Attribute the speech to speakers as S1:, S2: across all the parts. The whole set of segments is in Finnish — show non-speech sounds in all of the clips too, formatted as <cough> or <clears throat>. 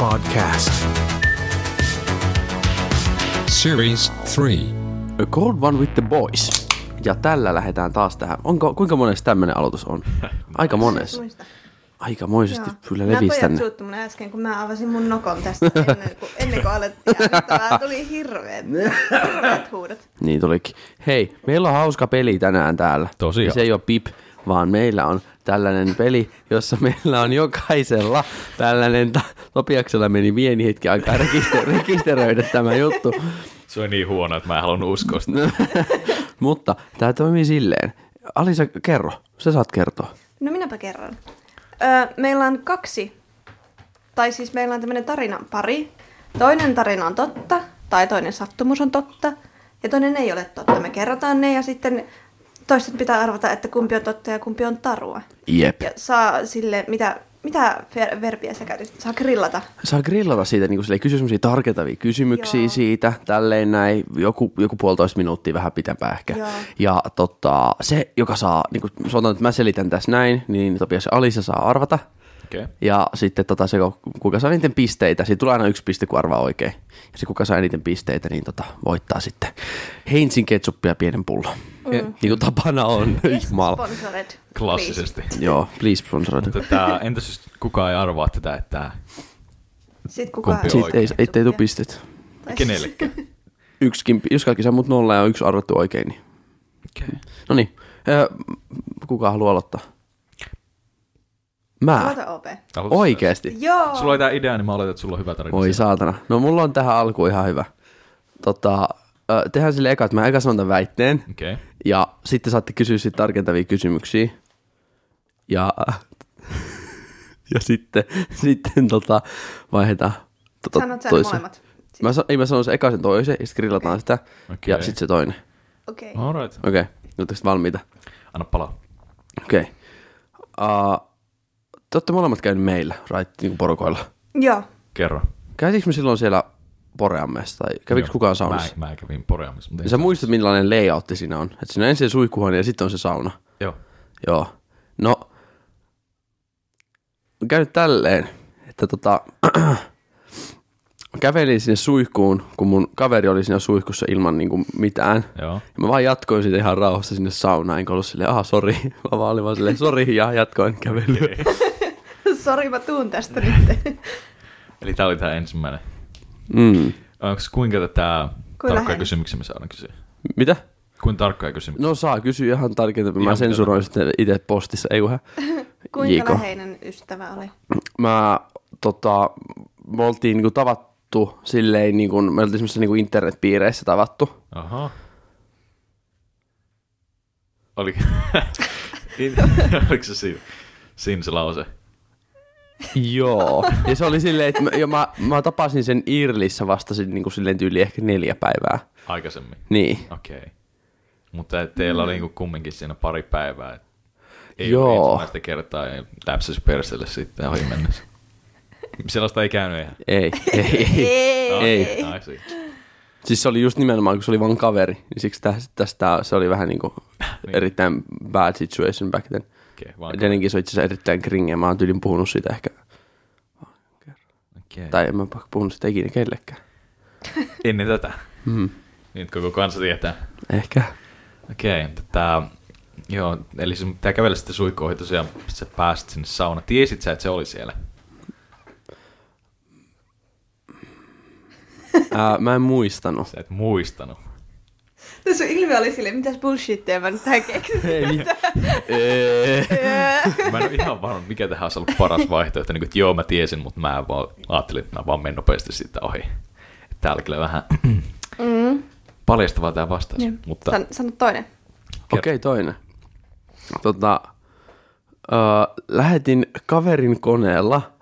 S1: Podcast.
S2: Series 3.
S3: A Cold One with the Boys. Ja tällä lähdetään taas tähän. Onko, kuinka monessa tämmöinen aloitus on? Aika mones.
S4: Muista.
S3: Aika moisesti
S4: Joo.
S3: kyllä
S4: Nämä
S3: levisi
S4: pojat
S3: tänne.
S4: suuttu mun äsken, kun mä avasin mun nokon tästä ennen
S3: <laughs>
S4: kuin, ennen kuin alettiin äänestämään. Tuli hirveet, hirveet huudot.
S3: Niin tulikin. Hei, meillä on hauska peli tänään täällä.
S5: Tosiaan.
S3: Ja se ei ole pip, vaan meillä on tällainen peli, jossa meillä on jokaisella tällainen... Ta- Topiaksella meni pieni hetki aikaa rekister- rekisteröidä tämä juttu.
S5: Se on niin huono, että mä en halunnut uskoa
S3: No,
S5: sitä.
S3: niin. Mutta tämä toimii silleen. Alisa, kerro. Sä saat kertoa.
S4: No minäpä kerron. Öö, meillä on kaksi, tai siis meillä on tämmöinen tarinan pari. Toinen tarina on totta, tai toinen sattumus on totta, ja toinen ei ole totta. Me kerrotaan ne, ja sitten toisten pitää arvata, että kumpi on totta ja kumpi on tarua.
S3: Jep.
S4: Ja saa sille, mitä, mitä ver- verbiä sä käytit, saa grillata.
S3: saa grillata siitä, niin kuin kysy semmoisia tarkentavia kysymyksiä Joo.
S4: Joo.
S3: siitä, tälleen näin, joku, joku puolitoista minuuttia vähän pitempää ehkä.
S4: Joo.
S3: Ja tota, se, joka saa, niin kuin sanotaan, että mä selitän tässä näin, niin Topias Alisa saa arvata.
S5: Okei.
S3: Ja sitten tota, se, kuka saa eniten pisteitä, siitä tulee aina yksi piste, kun arvaa oikein. Ja se, kuka saa eniten pisteitä, niin tota, voittaa sitten Heinzin ketsuppia pienen pullon. Mm. Niin kuin tapana on. Jumala.
S4: Sponsored.
S5: Klassisesti.
S3: Joo, please sponsoroida.
S5: Tätä, entäs jos siis kukaan ei arvaa tätä, että tää-
S4: please. Sitten kukaan
S5: Kumpi
S3: Sitten ei, ei, ei tule
S4: ketsuppia.
S3: pisteet.
S4: Tai- siis
S5: kenellekään?
S3: Yksikin, jos kaikki saa mut nolla ja on yksi arvattu oikein, niin
S5: Okay.
S3: No niin, öö, kuka haluaa aloittaa? Mä.
S4: Aloita OP.
S3: Oikeesti.
S4: Joo.
S5: Sulla oli tää idea, niin mä oletan, että sulla on hyvä tarina.
S3: Voi saatana. No mulla on tähän alkuun ihan hyvä. Tota, öö, tehdään sille eka, että mä eka sanon tämän väitteen.
S5: Okei. Okay.
S3: Ja sitten saatte kysyä sit tarkentavia kysymyksiä. Ja, <laughs> ja sitten, sitten tota, vaihdetaan tota,
S4: Sanot sä ne
S3: toiseen.
S4: molemmat. Siis-
S3: Mä, sa- ei, mä sanon sen eka sen toisen, ja sitten grillataan sitä. Ja
S5: Okei.
S3: sitten se toinen.
S4: Okei. Okay.
S5: Alright.
S3: Okei, okay. oletteko sit valmiita?
S5: Anna palaa.
S3: Okei. Okay. Uh, te olette molemmat käynyt meillä, right, niin porukoilla.
S4: Joo. <laughs>
S5: Kerro.
S3: Käytiinkö me silloin siellä Poreammessa tai kävikö
S5: Joo.
S3: kukaan saunassa?
S5: Mä, mä kävin poreamassa. Mutta
S3: Ja
S5: ei-
S3: sä muistat, millainen layoutti siinä on. Että siinä on ensin se suihkuhuone ja sitten on se sauna.
S5: Joo.
S3: Joo. No, on käynyt tälleen, että tota, <clears throat> kävelin sinne suihkuun, kun mun kaveri oli siinä suihkussa ilman niin kuin mitään.
S5: Joo.
S3: Ja mä vaan jatkoin siitä ihan rauhassa sinne saunaan, enkä ollut silleen, aha, sori. <laughs> Mä vaan olin vaan silleen, sori, ja jatkoin kävelyä.
S4: Sori, mä tuun tästä
S5: <laughs>
S4: nyt.
S5: Eli tää oli tää ensimmäinen.
S3: Mm.
S5: Onko kuinka tätä tarkkoja
S4: lähellä?
S5: kysymyksiä me saadaan kysyä?
S3: Mitä?
S5: Kuinka tarkkoja kysymyksiä?
S3: No saa kysyä ihan tarkemmin. Mä
S5: Ihan
S3: sensuroin sitten itse postissa. Ei kunhan.
S4: Kuinka
S3: Jiko.
S4: läheinen ystävä oli?
S3: Mä tota, me oltiin niinku tavattu silleen, niinku, me oltiin semmoisessa niinku internetpiireissä tavattu. <laughs>
S5: Aha. Oli... <laughs> Oliko se siinä, siinä se lause?
S3: Joo. ja se oli silleen, että mä, ja mä, mä tapasin sen Irlissä vasta sit, niinku, silleen tyyli ehkä neljä päivää.
S5: Aikaisemmin.
S3: Niin.
S5: Okei. Okay. Mutta et teillä oli niinku kumminkin siinä pari päivää. et Ei
S3: Mm. Joo.
S5: Joo. ensimmäistä kertaa ja läpsäs perselle sitten ohi
S3: <laughs>
S5: mennessä. Sellaista ei käynyt ihan. No,
S3: Ei, ei, ei.
S4: Ei.
S3: Ei.
S5: Ai, si-
S3: Siis se oli just nimenomaan, kun se oli vaan kaveri, niin siksi tästä, tästä se oli vähän niinku erittäin bad situation back then.
S5: Okei, vaan-
S3: Edellinenkin se on itse asiassa erittäin kringeä, mä oon tyylin puhunut siitä ehkä
S5: Okei.
S3: Tai en mä puhunut sitä ikinä kellekään.
S5: Ennen tätä. Mm.
S3: Mm-hmm.
S5: Nyt koko kansa tietää.
S3: Ehkä.
S5: Okei, okay, tää, joo, eli sun pitää kävellä sitten suihkuohi tosiaan, sit sä pääsit sinne saunaan. Tiesit sä, että se oli siellä?
S3: Ää, mä en muistanut.
S5: Sä et muistanut.
S4: Tässä sun ilme oli silleen, mitäs bullshittia mä nyt tähän keksin.
S5: Mä en ole ihan varma, mikä tähän olisi ollut paras vaihtoehto. Niin kuin, että joo, mä tiesin, mutta mä en vaan, ajattelin, että mä vaan menen nopeasti siitä ohi. Täällä oli kyllä vähän mm. paljastavaa tämä vastaus.
S4: Niin.
S5: Mutta
S4: San, sano toinen.
S3: Okei, okay, toinen. Tota, ää, lähetin kaverin koneella,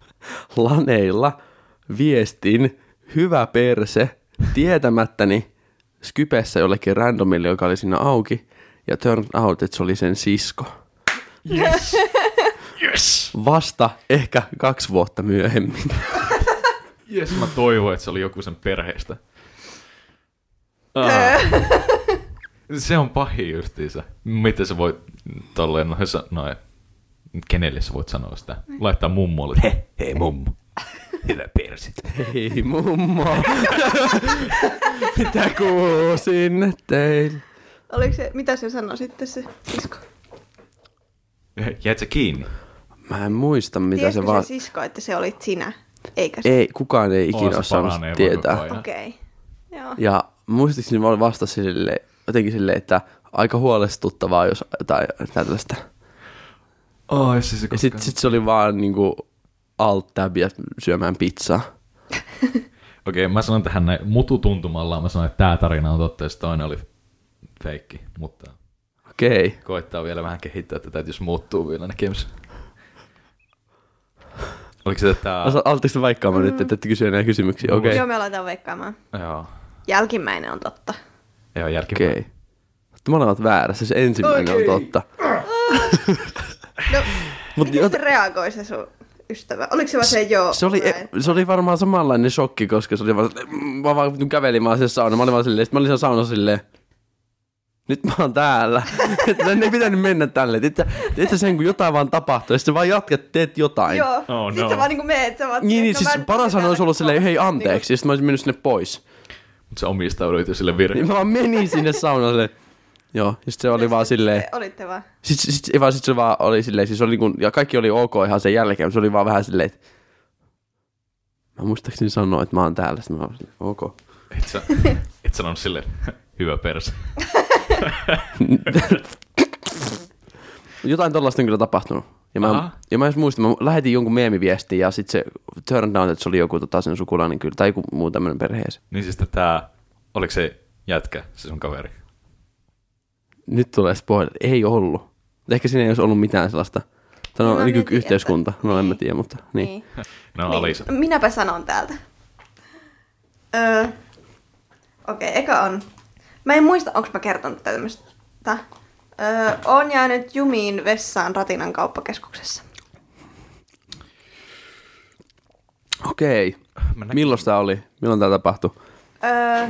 S3: <laughs> laneilla, viestin, hyvä perse, tietämättäni Skypessä jollekin randomille, joka oli siinä auki. Ja turn out, että se oli sen sisko.
S5: yes! yes!
S3: Vasta ehkä kaksi vuotta myöhemmin. <laughs>
S5: Yes, mä toivon, että se oli joku sen perheestä. Ah. se on pahi justiinsa. Miten sä voit tolleen no, noin sanoa, kenelle sä voit sanoa sitä? Laittaa mummolle, he, hei mummo. Hyvä persi.
S3: Hei mummo, <laughs> mitä kuuluu sinne teille?
S4: Oliko se, mitä se sanoi sitten se sisko?
S5: Jäät sä kiinni?
S3: Mä en muista, mitä
S4: Tiesikö
S3: se vaan...
S4: se sisko, että se olit sinä? Eikä se?
S3: Ei, kukaan ei ikinä
S5: se
S3: ole saanut
S5: paranee vaan
S3: tietää.
S5: koko ajan.
S4: Okei. Okay. Joo.
S3: Ja muistaakseni mä olin vastassa sille, jotenkin silleen, että aika huolestuttavaa, jos tai tällaista.
S5: Ai, oh, se se
S3: Ja sitten sit se oli vaan niinku alt tabia syömään pizzaa.
S5: Okei, mä sanon tähän näin mututuntumallaan, mä sanon, että tää tarina on totta, ja se toinen oli feikki, mutta
S3: Okei. Okay.
S5: koittaa vielä vähän kehittää tätä, että jos muuttuu vielä niin näkemys. Oliko se tää?
S3: Alttiiko te vaikkaamaan mm. nyt, että ette kysy enää kysymyksiä? Okei.
S4: Joo,
S3: Okay.
S4: me aletaan veikkaamaan.
S5: Joo,
S4: Jälkimmäinen on totta.
S5: joo järki.
S3: Okei. Okay. Mutta molemmat väärässä, se ensimmäinen okay. on totta.
S4: No,
S3: <laughs> Mut
S4: miten
S3: jot-
S4: se reagoi se sun ystävä? Oliko se vaan se joo?
S3: Se oli, e-
S4: näin?
S3: se oli varmaan samanlainen shokki, koska se oli vaan, mm, mä vaan kävelin vaan siellä sauna. Mä olin vaan silleen, sit mä olin siellä saunassa silleen, nyt mä oon täällä. <laughs> että tän ei pitänyt mennä tälle. Että, että sen kun jotain vaan tapahtuu, ja sit sä vaan jatkat, teet jotain.
S4: Joo,
S5: Oh,
S4: oh, sit
S5: no.
S4: no. sä vaan niinku meet, sä vaan...
S3: Niin, niin
S4: no
S3: siis
S4: mä nyt
S3: parashan
S4: täällä
S3: olisi ollut silleen, hei
S4: niinku-
S3: anteeksi, ja sit mä olisin mennyt sinne pois.
S5: Mutta se omistauduit jo sille
S3: Niin
S5: virheelle.
S3: mä vaan menin sinne saunaan silleen, joo, ja sit se oli vaan silleen,
S4: Te Olitte vaan.
S3: sit, sit, sit, vaan, sit se vaan oli silleen, siis oli kun, ja kaikki oli ok ihan sen jälkeen, mutta se oli vaan vähän silleen, että mä muistaakseni sanoa, että mä oon täällä, sit mä olin silleen, ok.
S5: Et, sä, et sanonut sille, <laughs> hyvä persi.
S3: Jotain tällaista on kyllä tapahtunut. Ja
S5: Aha.
S3: mä, ja mä jos muistan, mä lähetin jonkun meemiviestin ja sitten se turned down, että se oli joku tota sen sukulainen kyllä, tai joku muu tämmöinen perheessä.
S5: Niin siis tää, oliko se jätkä, se sun kaveri?
S3: Nyt tulee spoiler. Ei ollut. Ehkä siinä ei olisi ollut mitään sellaista. Tämä
S4: No,
S3: on
S4: nyt
S3: nykyyhteiskunta. No en mä tiedä, mutta niin.
S4: Niin.
S5: No niin. Alisa.
S4: Niin. Minäpä sanon täältä. Öö, Okei, okay, eka on. Mä en muista, onko mä kertonut tämmöistä. Öö, on jäänyt jumiin vessaan Ratinan kauppakeskuksessa.
S3: Okei.
S5: Mä näin-
S3: Milloin tämä oli? Milloin tämä tapahtui?
S4: Öö,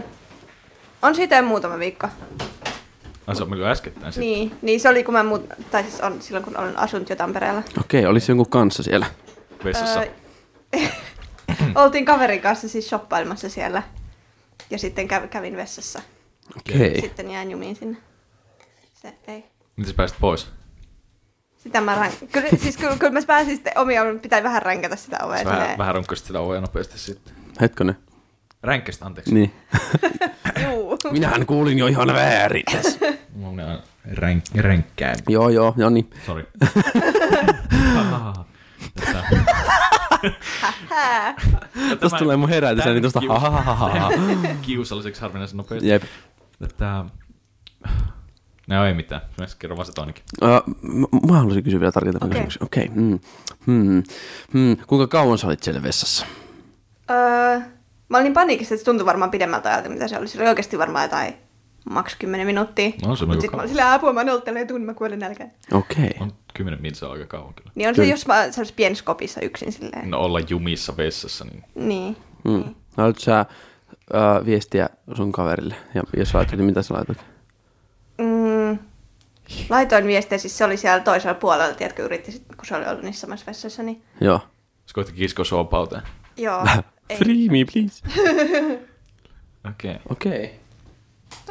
S4: on siitä muutama viikko.
S5: Ai Ah, se on melko äskettäin sitten.
S4: Niin, niin, se oli kun mä muut, tai siis on silloin kun olen asunut jo Tampereella.
S3: Okei, oli se jonkun kanssa siellä.
S5: Vessassa.
S4: Öö, <laughs> Oltiin kaverin kanssa siis shoppailemassa siellä. Ja sitten kä- kävin vessassa.
S3: Okei.
S4: Sitten jäin jumiin sinne. Se ei.
S5: Miten sä pääsit pois?
S4: Sitä mä rän... kyllä, siis kyllä, kyllä mä pääsin sitten omia, mun pitää vähän ränkätä sitä ovea.
S5: Siis Vähän,
S4: Vähän,
S5: vähän runkkasit sitä ovea nopeasti sitten.
S3: Hetkonen.
S5: Ränkkäsit, anteeksi.
S3: Niin.
S5: <laughs>
S4: Juu. <laughs>
S3: Minähän kuulin jo ihan väärin tässä.
S5: Mulla menee aina ränk, ränkkään.
S3: joo, joo, joo niin.
S5: Sori.
S4: Hää.
S3: Tuosta tulee mun herätys, niin tuosta ha ha ha ha. ha.
S5: Kiusalliseksi harvinaisen nopeasti.
S3: Jep.
S5: Tätä... No ei mitään. Mä kerron vaan se toinenkin.
S3: Uh, mä haluaisin kysyä vielä tarkentaa okay.
S4: Okei.
S3: kysymyksen. Okei. Okay. Mm. Mm. Mm. Kuinka kauan sä olit siellä vessassa?
S4: Öö, mä olin paniikissa, että se tuntui varmaan pidemmältä ajalta, mitä se oli. Se oli oikeasti varmaan jotain maks 10 minuuttia.
S5: No, se on aika
S4: Sitten mä
S5: kauan.
S4: olin sillä apua, mä nolttelen tunnin, mä kuolen nälkään.
S3: Okei. Okay.
S5: On kymmenen minsa aika kauan kyllä.
S4: Niin on se,
S3: Kyllä.
S4: jos mä oon sellaisessa pienessä kopissa yksin silleen.
S5: No olla jumissa vessassa, niin
S4: Niin.
S3: Mm. Haluatko sä uh, viestiä sun kaverille? Ja jos laitat, niin mitä sä laitat?
S4: Mm. Laitoin viestiä, siis se oli siellä toisella puolella, tiedätkö, yritti sit, kun se oli ollut niissä samassa vessassa,
S5: <laughs>
S4: niin
S3: Joo.
S5: se koitti kiskoa sua pauteen.
S4: joo. Ei.
S3: Free me, please.
S5: Okei. Okay.
S3: Okei.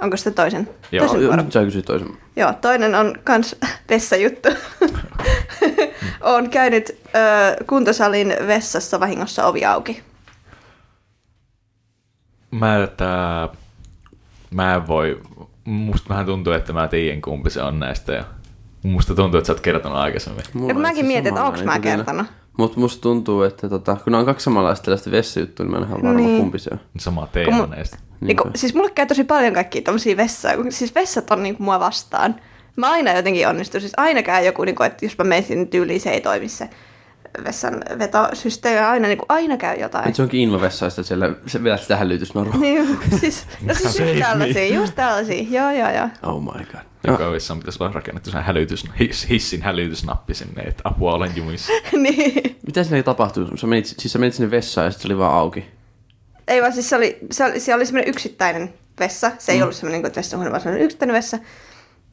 S4: Onko se toisen?
S5: Joo.
S4: toisen
S3: Okay.
S4: vuoro?
S3: Nyt sä kysyt toisen.
S4: Joo, toinen on kans vessajuttu. Olen käynyt ö, kuntosalin vessassa vahingossa ovi auki.
S5: Mä, että, mä en voi, musta vähän tuntuu, että mä tiedän kumpi se on näistä ja musta tuntuu, että sä oot kertonut aikaisemmin.
S4: No kun mäkin mietin, että onks mä kertonut.
S3: Mutta musta tuntuu, että tota, kun nämä on kaksi samanlaista tällaista vessajuttua, niin mä en ihan varma niin.
S4: Niin.
S3: kumpi se on.
S5: Sama
S4: Kun
S5: teema
S4: mu-
S5: näistä.
S4: Niin kun, siis mulle käy tosi paljon kaikkia tommosia vessoja, kun siis vessat on niinku mua vastaan. Mä aina jotenkin onnistun, siis aina käy joku, niinku, että jos mä menen sinne tyyliin, se ei toimi se vessan vetosysteemi, aina, niinku, aina käy jotain.
S3: Nyt se onkin invavessaista siellä, se vielä sitä hälytysnaru.
S4: Niin, siis, no siis
S3: Save
S4: just
S3: me.
S4: tällaisia, just tällaisia, joo joo <laughs> joo.
S3: Oh my god.
S5: Joka ovissa on pitäisi olla rakennettu sen hälytys, his, hissin hälytysnappi sinne, että apua olen jumissa.
S4: niin.
S3: Mitä sinne tapahtui? Sä menit, siis sä menit sinne vessaan ja sit se oli vaan auki.
S4: Ei vaan niinku siis se oli, se oli, se oli semmoinen yksittäinen vessa. Se ei mm. ollut semmoinen niin kuin, että vessahuone, vaan semmoinen yksittäinen vessa.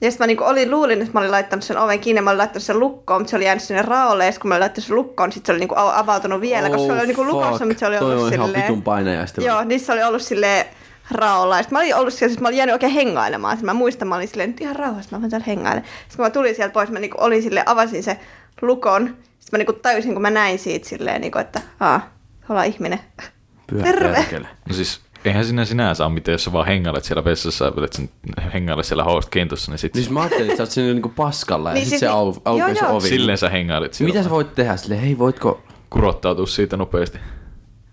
S4: Ja sitten mä niinku olin, luulin, että mä olin laittanut sen oven kiinni ja mä olin laittanut sen lukkoon, mutta se oli jäänyt sinne raolle. Ja sit kun mä olin laittanut sen lukkoon, sit se oli niinku au- avautunut vielä, oh, koska se oli niinku lukossa, mutta se oli
S3: Toi
S4: ollut
S3: on ihan
S4: silleen...
S3: vitun painajaista.
S4: Joo, niissä oli ollut silleen raolla. Ja sit mä olin ollut siellä, sit mä olin jäänyt oikein hengailemaan. Sit mä muistan, mä olin silleen, nyt ihan rauhassa, mä voin täällä hengailla. Sitten kun mä tulin sieltä pois, mä niinku olin silleen, avasin se lukon. Sitten mä niinku tajusin, kun mä näin siitä silleen, niinku, että aa, tuolla on ihminen. <laughs>
S3: Pyhä
S4: Terve.
S3: perkele.
S5: No siis, eihän sinä sinänsä ole mitään, jos sä vaan hengailet siellä vessassa ja vedät sen hengaille siellä host kentossa, niin sit
S3: Siis mä ajattelin, että sä oot sinne niinku paskalla ja
S4: Niin
S3: niin sit
S4: siis
S3: se
S4: ni-
S3: au, aukeaa
S4: joo,
S3: se
S4: joo.
S3: ovi.
S5: silleen sä hengailet siellä.
S3: Mitä sä voit tehdä sille? Hei, voitko...
S5: Kurottautuu siitä nopeasti.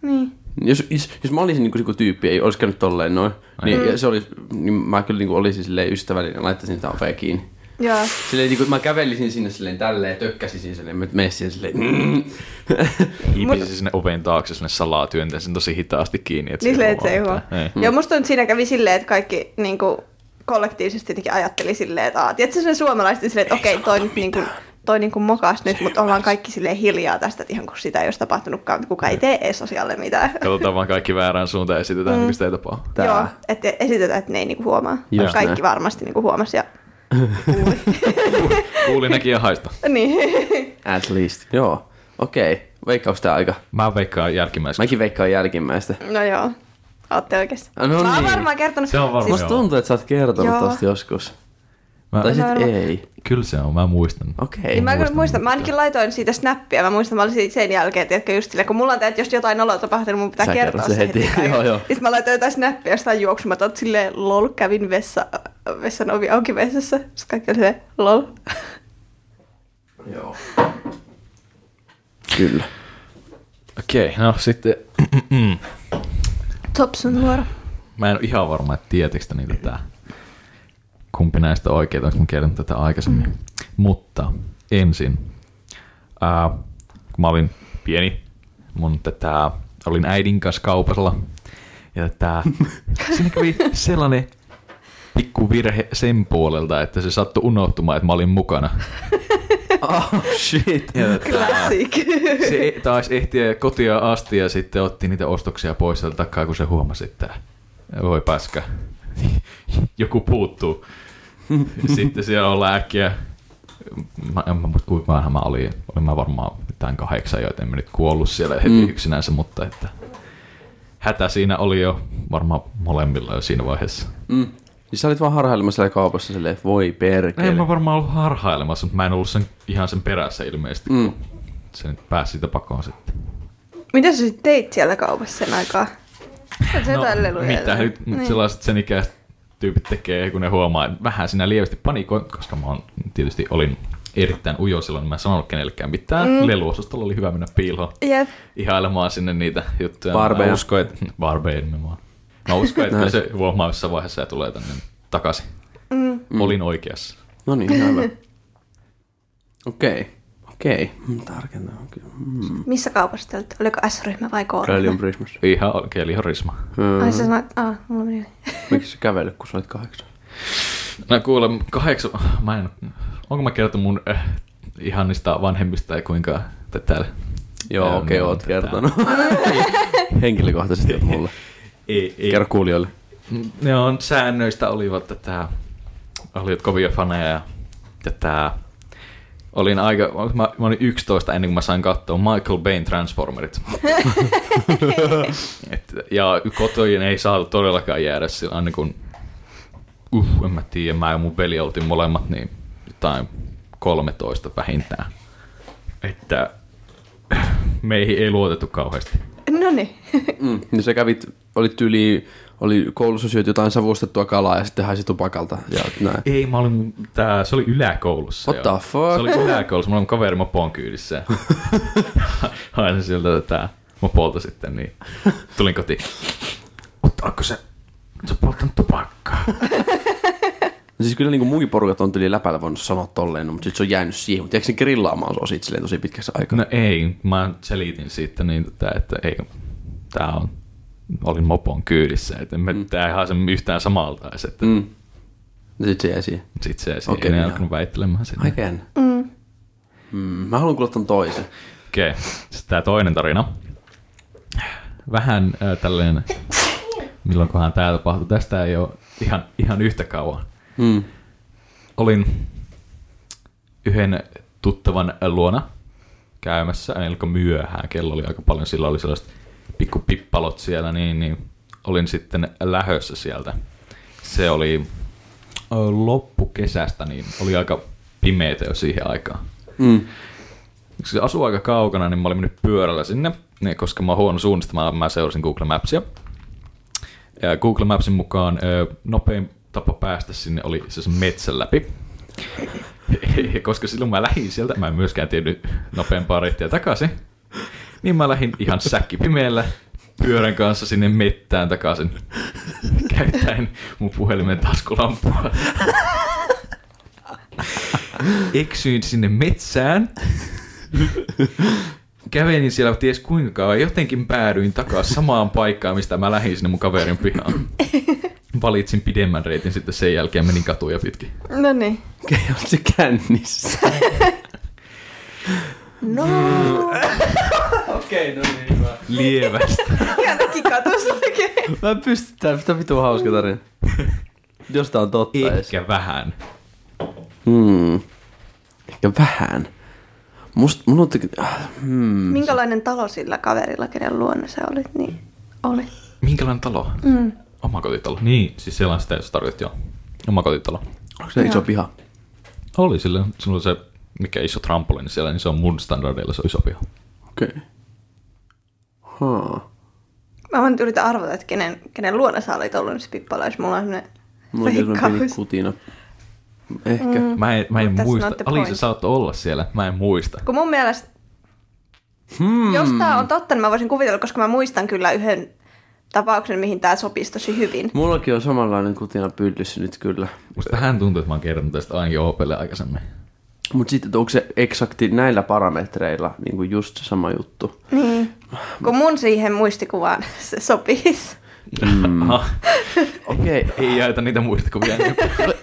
S4: Niin.
S3: Jos, jos, jos mä olisin niinku, niinku tyyppi, ei olisi käynyt tolleen noin, niin, ja se oli, niin mä kyllä niinku olisin silleen ystävällinen ja laittaisin sitä ovea kiinni.
S4: Joo.
S3: Silleen, niinku, mä kävelisin sinne silleen tälleen ja tökkäsin sinne, mä menen siihen silleen. Mm.
S5: Hiipisi sinne oven taakse, sinne salaa työntää sen tosi hitaasti kiinni. Että
S4: Niin
S5: ei
S4: silleen, että se ei
S5: huomaa
S4: huomaa.
S5: mitään. Ei.
S4: Joo, musta nyt siinä kävi silleen, että kaikki niin kuin, kollektiivisesti jotenkin ajatteli silleen, että aah, tiedätkö se suomalaiset silleen, että okei, toi nyt niin kuin, toi niin kuin mokas nyt, mutta ollaan kaikki silleen hiljaa tästä, että ihan kun sitä ei olisi tapahtunutkaan, mutta kuka ei tee edes asialle mitään.
S5: Katsotaan vaan kaikki väärään suuntaan ja esitetään, mm. mistä ei tapaa.
S3: Tää.
S4: Joo, että esitetään, että ne ei niinku huomaa.
S3: Just
S4: kaikki
S3: näin.
S4: varmasti niinku huomasi ja <laughs>
S5: Kuuli näki ja haista.
S4: niin.
S3: At least. Joo. Okei. Okay. Veikkaus aika.
S5: Mä veikkaan jälkimmäisenä.
S3: Mäkin veikkaan jälkimmäistä.
S4: No joo, ootte oikeassa.
S3: Ah, no
S4: Mä oon
S3: niin.
S4: varmaan kertonut.
S5: Se on varmaan-
S4: Siis,
S3: Musta tuntuu, että sä oot kertonut
S4: Joo.
S3: tosta joskus.
S5: Mä,
S3: Tai sit
S4: varmaan-
S3: ei.
S5: Kyllä se on, mä muistan.
S3: Okei.
S4: niin mä kyllä
S5: muista
S4: muistan, mä ainakin laitoin siitä snappia, mä muistan, mä olin siitä sen jälkeen, tiedätkö, just sille, kun mulla on tämä, että jos jotain oloa tapahtuu, niin mun pitää
S3: Sä
S4: kertoa
S3: kerrot se heti. <laughs> Joo, joo.
S4: Sitten mä laitoin jotain snappia jostain juoksumatta, että silleen lol, kävin vessa, vessan ovi auki vessassa, sitten kaikki oli silleen lol.
S3: Joo. Kyllä.
S5: Okei, okay, no sitten...
S4: Top sun vuoro.
S5: Mä en ole ihan varma, että tietääkö te niitä tää. Kumpi näistä on oikeita, onko mä kertonut tätä aikaisemmin. Mm. Mutta ensin, ää, kun mä olin pieni, mun tätä, olin äidin kanssa kaupalla. Ja tää, siinä kävi sellainen pikku virhe sen puolelta, että se sattui unohtumaan, että mä olin mukana.
S3: <laughs> Oh shit.
S4: Classic.
S5: Se e- taas ehtiä kotia asti ja sitten otti niitä ostoksia pois sieltä takaa, kun se huomasi, että voi paska, <laughs> joku <laughs> puuttuu. Sitten siellä on lääkkiä. Mä, en mä, muista, kuinka vanha mä olin. Olin mä varmaan mitään kahdeksan, joten en mä nyt kuollut siellä heti mm. yksinänsä, mutta että hätä siinä oli jo varmaan molemmilla jo siinä vaiheessa.
S3: Mm. Siis sä olit vaan harhailemassa siellä kaupassa silleen, voi
S5: No en
S3: perkele.
S5: mä varmaan ollut harhailemassa, mutta mä en ollut sen, ihan sen perässä ilmeisesti, mm. kun se nyt pääsi siitä pakoon sitten.
S4: Mitä sä sitten teit siellä kaupassa sen aikaa? Oletko
S3: No,
S4: jotain leluja?
S5: No, mitä nyt niin. sellaiset sen ikäiset tyypit tekee, kun ne huomaa, että vähän sinä lievästi panikoin, koska mä oon, tietysti olin erittäin ujo silloin, niin mä en sanonut kenellekään mitään. Mm. Leluosastolla oli hyvä mennä piiloon
S4: Jep.
S5: ihailemaan sinne niitä juttuja.
S3: Barbeja.
S5: Mä uskon, että... <laughs> Barbeja nimenomaan. Mä uskon, että
S3: Nice.
S5: se huomaa jossain vaiheessa ja tulee tänne takaisin. Mm. Olin oikeassa.
S3: No niin, ihan hyvä. Okei. Okei. Mm, Tarkentaa. Kyllä.
S4: Missä kaupassa te olitte? Oliko S-ryhmä vai
S3: Early
S4: K-ryhmä?
S3: on Christmas.
S5: Ihan oikein, ihan risma.
S3: Mm.
S4: Ai sä sanoit, aah, mulla meni.
S3: Miksi sä kävelet, kun sä olit kahdeksan?
S5: No kuule, kahdeksan, mä en, onko mä kertonut mun äh, ihan niistä vanhemmista ja kuinka tätä...
S3: Joo, okei,
S5: Ähm,
S3: oot
S5: tätä-
S3: kertonut. <laughs> Henkilökohtaisesti oot mulle.
S5: Ei, ei,
S3: Kerro kuulijoille.
S5: ne on säännöistä olivat tätä, olivat kovia faneja ja tätä, olin aika, mä, mä olin 11 ennen kuin mä sain katsoa Michael Bayn
S3: <laughs>
S5: Transformerit. Et, ja kotojen ei saatu todellakaan jäädä sillä aina kun, uh, en mä tiedä, mä ja mun veli oltiin molemmat niin jotain 13 vähintään. Että meihin ei luotettu kauheasti.
S4: No niin.
S3: Mm. Niin sä kävit, olit tyyli, oli koulussa syöt jotain savustettua kalaa ja sitten haisit tupakalta ja näin.
S5: Ei, mä olin, tää, se oli yläkoulussa.
S3: What the fuck?
S5: Se oli yläkoulussa, mulla on kaveri mopon kyydissä. <laughs> Hain sieltä tätä mopolta sitten, niin tulin kotiin. Ottaako se, se polttanut tupakkaa?
S3: No Siis kyllä niinku muikin porukat on tyyli läpällä voinut sanoa tolleen, mutta sit se on jäänyt siihen. Mutta eikö se grillaamaan sua siitä silleen tosi pitkässä aikaa?
S5: <laughs> No ei, mä selitin siitä niin, tätä, että ei, tää on, olin mopon kyydissä, että me, mm. tää ei haise yhtään samalta, edes, että mm.
S3: Mm. No sit se jäi siihen.
S5: sit se ei
S3: Okei,
S5: okay, enää
S3: joo.
S5: alkanut väittelemään sitä. Okei,
S3: Again. Mm. Mm, mä haluan kuulla ton toisen.
S5: okay. sitten tää toinen tarina. Vähän äh, tällainen, milloinkohan tää tapahtui, tästä ei ole ihan, ihan yhtä kauan.
S3: Mm.
S5: olin yhden tuttavan luona käymässä, en alkoi myöhään, kello oli aika paljon, sillä oli sellaiset pikku pippalot siellä, niin, niin olin sitten lähössä sieltä. Se oli ö, loppukesästä, niin oli aika pimeätä jo siihen aikaan.
S3: Mm.
S5: Kun se asuu aika kaukana, niin mä olin mennyt pyörällä sinne, niin koska mä oon huono suunnistamaan, mä seurasin Google Mapsia. Ja Google Mapsin mukaan ö, nopein tapa päästä sinne oli se sen metsän läpi. <laughs> Ja koska silloin mä lähdin sieltä, mä en myöskään tiennyt nopeampaa reittiä takaisin, niin mä lähdin ihan säkkipimeellä pyörän kanssa sinne mettään takaisin, käyttäen mun puhelimen taskulampua. Eksyin sinne metsään, kävelin siellä ties kuinka kauan, jotenkin päädyin takaisin samaan paikkaan, mistä mä lähdin sinne mun kaverin pihaan. Valitsin pidemmän reitin sitten sen jälkeen, menin katuja pitkin.
S4: No niin.
S3: Okei, oot se kännissä?
S4: No,
S3: Okei, no niin, hyvä.
S5: Lievästi.
S4: jotenkin katos oikein.
S3: <laughs> Mä pystytään, mitä vitu hauska <laughs> tarina. Jos tää on totta edes.
S5: Ehkä vähän.
S3: Hmm. Ehkä vähän. Must, mun on teki- ah, hmm.
S4: Minkälainen talo sillä kaverilla, kenen luona se oli, niin oli.
S5: Minkälainen talo? Mm. Omakotitalo. Niin, siis sellainen sitä, jos tarvitset joo. Omakotitalo.
S3: Onko se iso piha?
S5: Oli sillä, sulla se, mikä iso trampoliini siellä, niin se on mun standardeilla se on iso piha.
S3: Okei. Okay. Haa.
S4: Mä vaan nyt yritän arvata, että kenen, kenen luona sä olit ollut niin niissä pippaloissa. Mulla on semmoinen
S3: Mulla on joku pieni
S4: veikkaus.
S3: kutina. Ehkä. Mm.
S5: Mä en, mä en
S4: That's
S5: muista.
S4: not the
S5: Ali, se
S4: point.
S5: saattoi olla siellä. Mä en muista.
S4: Kun mun mielestä, hmm. jos tää on totta, niin mä voisin kuvitella, koska mä muistan kyllä yhden tapauksen, mihin tää sopisi tosi hyvin.
S3: Mullakin on samanlainen kutina pyllyssä nyt kyllä.
S5: Musta vähän tuntuu, että mä oon kertonut tästä ainakin Opelle aikaisemmin.
S3: Mut sitten, että onko se eksakti näillä parametreilla niin kuin just se sama juttu?
S4: Niin. Kun mun siihen muistikuvaan <laughs> se sopisi.
S5: Mm.
S3: Okei.
S5: Ei jaeta niitä muistikuvia.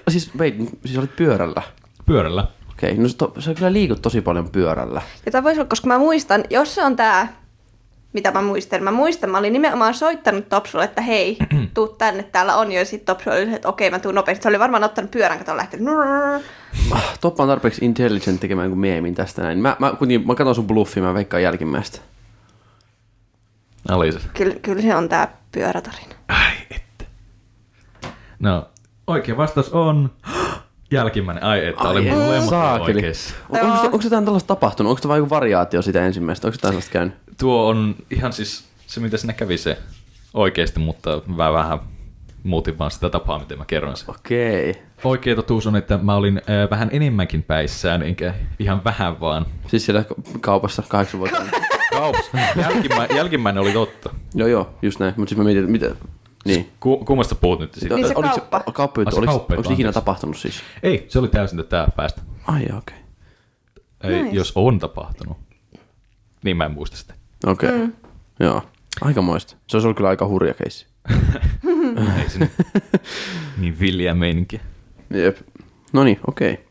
S3: siis, wait, siis olit pyörällä.
S5: Pyörällä.
S3: Okei, no to, sä kyllä liikut tosi paljon pyörällä.
S4: Ja tämä voisi olla, koska mä muistan, jos se on tämä, mitä mä muistan. Mä muistan, mä olin nimenomaan soittanut Topsulle, että
S3: <clears throat>
S4: hei, tuu tänne, täällä on jo. Ja sitten Topsu oli, että okei, mä tuun nopeasti. Se oli varmaan ottanut pyörän, kato lähtenyt. Nurr.
S3: Ah, Toppa on tarpeeksi intelligent tekemään kuin meemin tästä näin. Mä, mä, kuitenkin, mä katson sun bluffi, mä veikkaan jälkimmäistä.
S5: Ali se.
S4: Kyllä, kyllä se on tämä pyörätarina.
S5: Ai että. No, oikea vastaus on jälkimmäinen. Ai että, oli
S3: Ai
S5: mulle
S3: et, saakeli.
S5: oikeassa.
S3: On, onko, se- onko se jotain tällaista tapahtunut? Onko se vain joku variaatio sitä ensimmäistä? Onko se jotain sellaista käynyt?
S5: Tuo on ihan siis se, mitä sinä kävi se oikeasti, mutta mä vähän muutin vaan sitä tapaa, miten mä kerron sen.
S3: Okei.
S5: Oikea totuus on, että mä olin ö, vähän enemmänkin päissään, enkä ihan vähän vaan.
S3: Siis siellä ka- kaupassa kahdeksan vuotta.
S5: <laughs> Kaups. Jälkimmä, jälkimmäinen oli totta.
S3: joo joo, just näin. Mutta siis mä mietin, että mitä... Niin.
S5: Ku, kummasta puhut nyt sitten?
S4: Niin se
S3: oliko
S4: kauppa.
S3: kauppa juttu,
S5: Ai se
S3: oliko,
S5: kauppa juttu,
S3: onko se ikinä
S5: anteeksi.
S3: tapahtunut siis?
S5: Ei, se oli täysin tätä päästä.
S3: Ai joo, okei.
S4: Mm.
S5: Ei,
S4: Nice.
S5: Jos on tapahtunut. Niin mä en muista sitä.
S3: Okei. Joo. Aikamoista. Se olisi ollut kyllä aika hurja keissi.
S5: Ei se <laughs> nyt. niin villiä meininki.
S3: Jep. No niin, okei.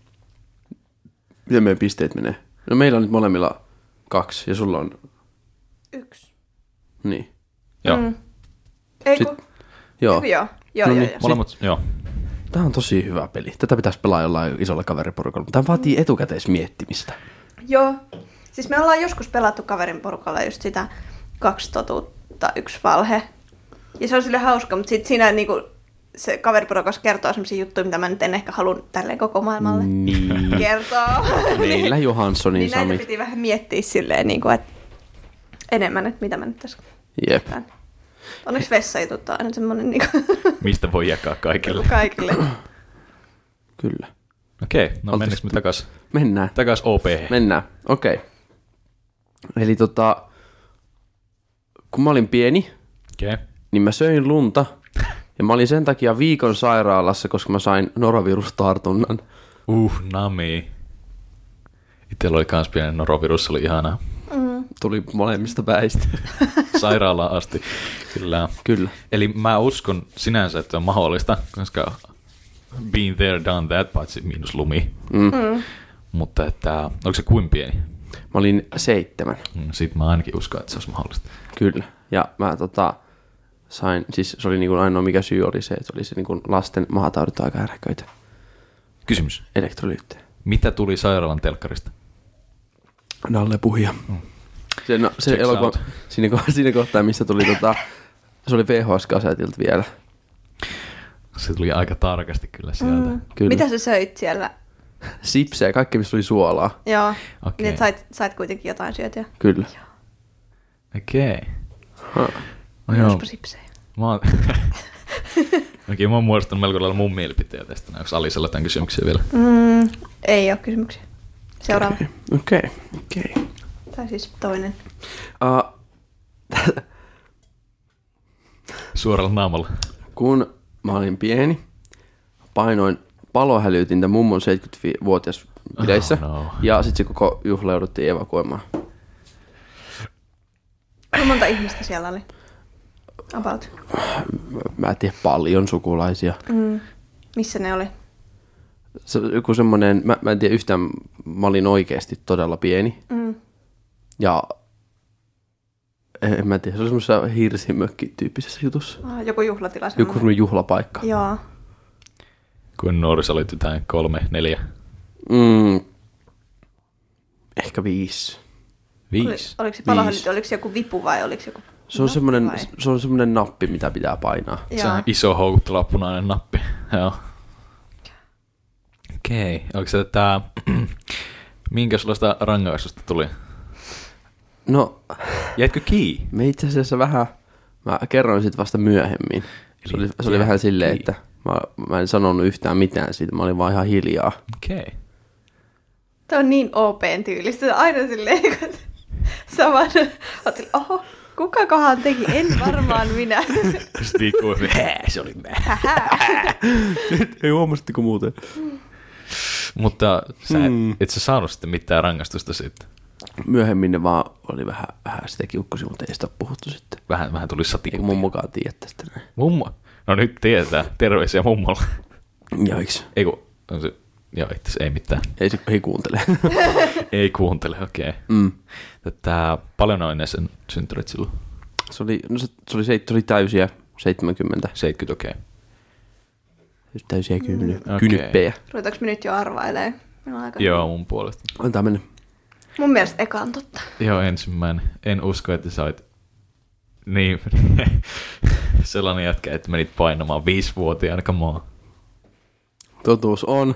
S3: Miten meidän pisteet menee? No meillä on nyt molemmilla kaksi ja sulla on...
S4: Yksi.
S3: Niin.
S5: Joo.
S4: Mm. Ei kun,
S3: Joo.
S4: joo. joo. Joo,
S3: No
S4: joo,
S3: niin.
S4: joo.
S5: Molemmat, joo.
S3: Tämä on tosi hyvä peli. Tätä pitäisi pelaa jollain isolla kaveriporukalla. mutta Tämä vaatii etukäteismiettimistä.
S4: <laughs> Joo. Siis me ollaan joskus pelattu kaverin porukalla just sitä kaksi totuutta, yksi valhe. Ja se on sille hauska, mutta sit siinä niinku, se kaveriporukas kertoo sellaisia juttuja, mitä mä nyt en ehkä halua tälleen koko maailmalle
S3: Niin.
S4: <laughs> kertoa.
S3: Meillä Johanssonin
S4: niin näitä
S3: Sami.
S4: piti vähän miettiä silleen, niinku, että enemmän, että mitä mä nyt tässä
S3: Jep.
S4: tän. Onneksi vessajutut on aina semmoinen niinku, <laughs>
S5: Mistä voi jakaa kaikille.
S4: kaikille.
S3: Kyllä.
S5: Okei, okay, no
S3: Oltais-
S5: mennäänkö me takas,
S3: Mennään.
S5: takas OP?
S3: Mennään. Okei. Okay. Eli tota, kun mä olin pieni,
S5: Okei. Okay.
S3: niin mä söin lunta. Ja mä olin sen takia viikon sairaalassa, koska mä sain norovirustartunnan.
S5: Uh, nami. Itellä oli kans pienen norovirus, oli ihanaa. <laughs>
S3: Tuli molemmista päistä.
S5: Sairaalaan asti. Kyllä.
S3: Kyllä.
S5: Eli mä uskon sinänsä, että on mahdollista, koska been there, done that, paitsi miinus lumi. Mm. Mutta että, onko se kuin pieni?
S3: Mä olin seitsemän.
S5: Mm, Siitä mä ainakin uskon, että se olisi mahdollista.
S3: Kyllä. Ja mä tota, niinku sain, siis se oli niin kuin ainoa mikä syy oli se, että oli se niin kuin lasten mahataudit on aika ärhäköitä.
S5: Kysymys.
S3: Elektrolyyttejä.
S5: Mitä tuli sairaalan telkkarista?
S3: Nalle puhia. Se, no, se
S5: Mm. Checks
S3: elokuva,
S5: out.
S3: siinä, ko- <laughs> siinä, kohtaa, missä tuli tota, se oli VHS-kasetilta vielä.
S5: Se tuli aika tarkasti kyllä sieltä. Mm.
S3: Kyllä.
S4: Mitä sä söit siellä?
S3: Sipsejä, kaikki missä oli suolaa.
S4: Joo.
S5: Okei.
S4: Niin, et sait, sait kuitenkin jotain syötyä.
S3: Kyllä.
S5: Okei. Okay.
S3: Huh.
S5: No joo,
S4: Jospa sipsejä.
S5: mä <laughs> oon... Okei, mä oon muodostanut melko lailla mun mielipiteen tästä. Onko Alisella jotain kysymyksiä vielä?
S4: Mm, ei ole kysymyksiä. Seuraava.
S3: Okei, okei. okei.
S4: Tai siis toinen.
S3: Ah,
S5: Suoralla naamalla.
S3: kun mä olin pieni, painoin palohälytintä mummon 70-vuotias bileissä.
S5: Oh, no.
S3: Ja sitten se koko juhla jouduttiin evakuoimaan.
S4: Kuinka monta ihmistä siellä oli? About.
S3: Mä en tiedä, paljon sukulaisia.
S4: Mm. Missä ne oli?
S3: Se, joku semmonen, mä, mä en tiedä yhtään, mä olin oikeasti todella pieni.
S4: Mm.
S3: Ja en mä tiedä, se oli semmoisessa hirsimökki-tyyppisessä jutussa.
S4: Ah, joku juhlatila
S3: Joku
S4: semmoinen.
S3: semmoinen juhlapaikka.
S4: Joo.
S5: Kun nuorissa oli jotain kolme, neljä,
S3: Mm, ehkä viisi.
S4: Oli,
S5: viisi.
S4: oliko se palahallit,
S3: Viisi.
S4: oliko se joku vipu vai oliko se joku...
S3: Se on,
S4: nappi
S3: semmoinen,
S4: No, vai?
S3: se on semmoinen nappi, mitä pitää painaa.
S5: Se
S4: Joo.
S5: on iso houkutteleva punainen nappi. Joo. Okei, okay. onko se tää... <clears throat> Minkälaista rangaistusta tuli?
S3: No,
S5: Jäitkö kiinni?
S3: me itse asiassa vähän, mä kerroin sit vasta myöhemmin. Se oli, se oli vähän silleen,
S5: niin.
S3: että mä, mä en sanonut yhtään mitään siitä, mä olin vaan ihan hiljaa.
S5: Okei. Okay.
S4: Tämä on niin OPn tyylistä, se on aina silleen, niin kun sä vaan oot silleen, oho, kuka kohan teki, en varmaan minä.
S5: <laughs> Äh, se oli mä. <laughs>
S3: Ei huomasitteko muuten?
S5: Mutta sä mm. et sä saanut sitten mitään rangaistusta siitä.
S3: Myöhemmin ne vaan oli vähän, vähän sitä kiukkusi, mutta ei sitä ole puhuttu sitten.
S5: Vähän, vähän tuli satiintia.
S3: Eikä mun mukaan tiedä tästä näin.
S5: Mummo. No nyt tietää. Terveisiä mummolle.
S3: Joiks.
S5: Ei kun, on se, joo itse asiassa ei mitään.
S3: Ei se ei
S5: <laughs>
S3: kuuntele.
S5: Ei kuuntele, okei. Okay.
S3: mm.
S5: Tätä paljon on sen syntynyt silloin.
S3: Se oli, no se, se oli, se, se oli täysiä 70.
S5: 70, okei. Okay.
S3: Just täysiä kyny,
S5: Mm, Okei.
S3: okay. kynyppejä.
S4: <laughs> Ruvetaanko me nyt jo arvailee? Meillä on aika...
S5: Joo, mun puolesta.
S3: Antaa mennä.
S4: Mun mielestä eka on totta.
S3: Niin,
S5: Joo, ensimmäinen. En usko, että sä oot niin <laughs> sellainen jätkä, että menit painamaan viisivuotiaana, come on.
S3: Totuus on.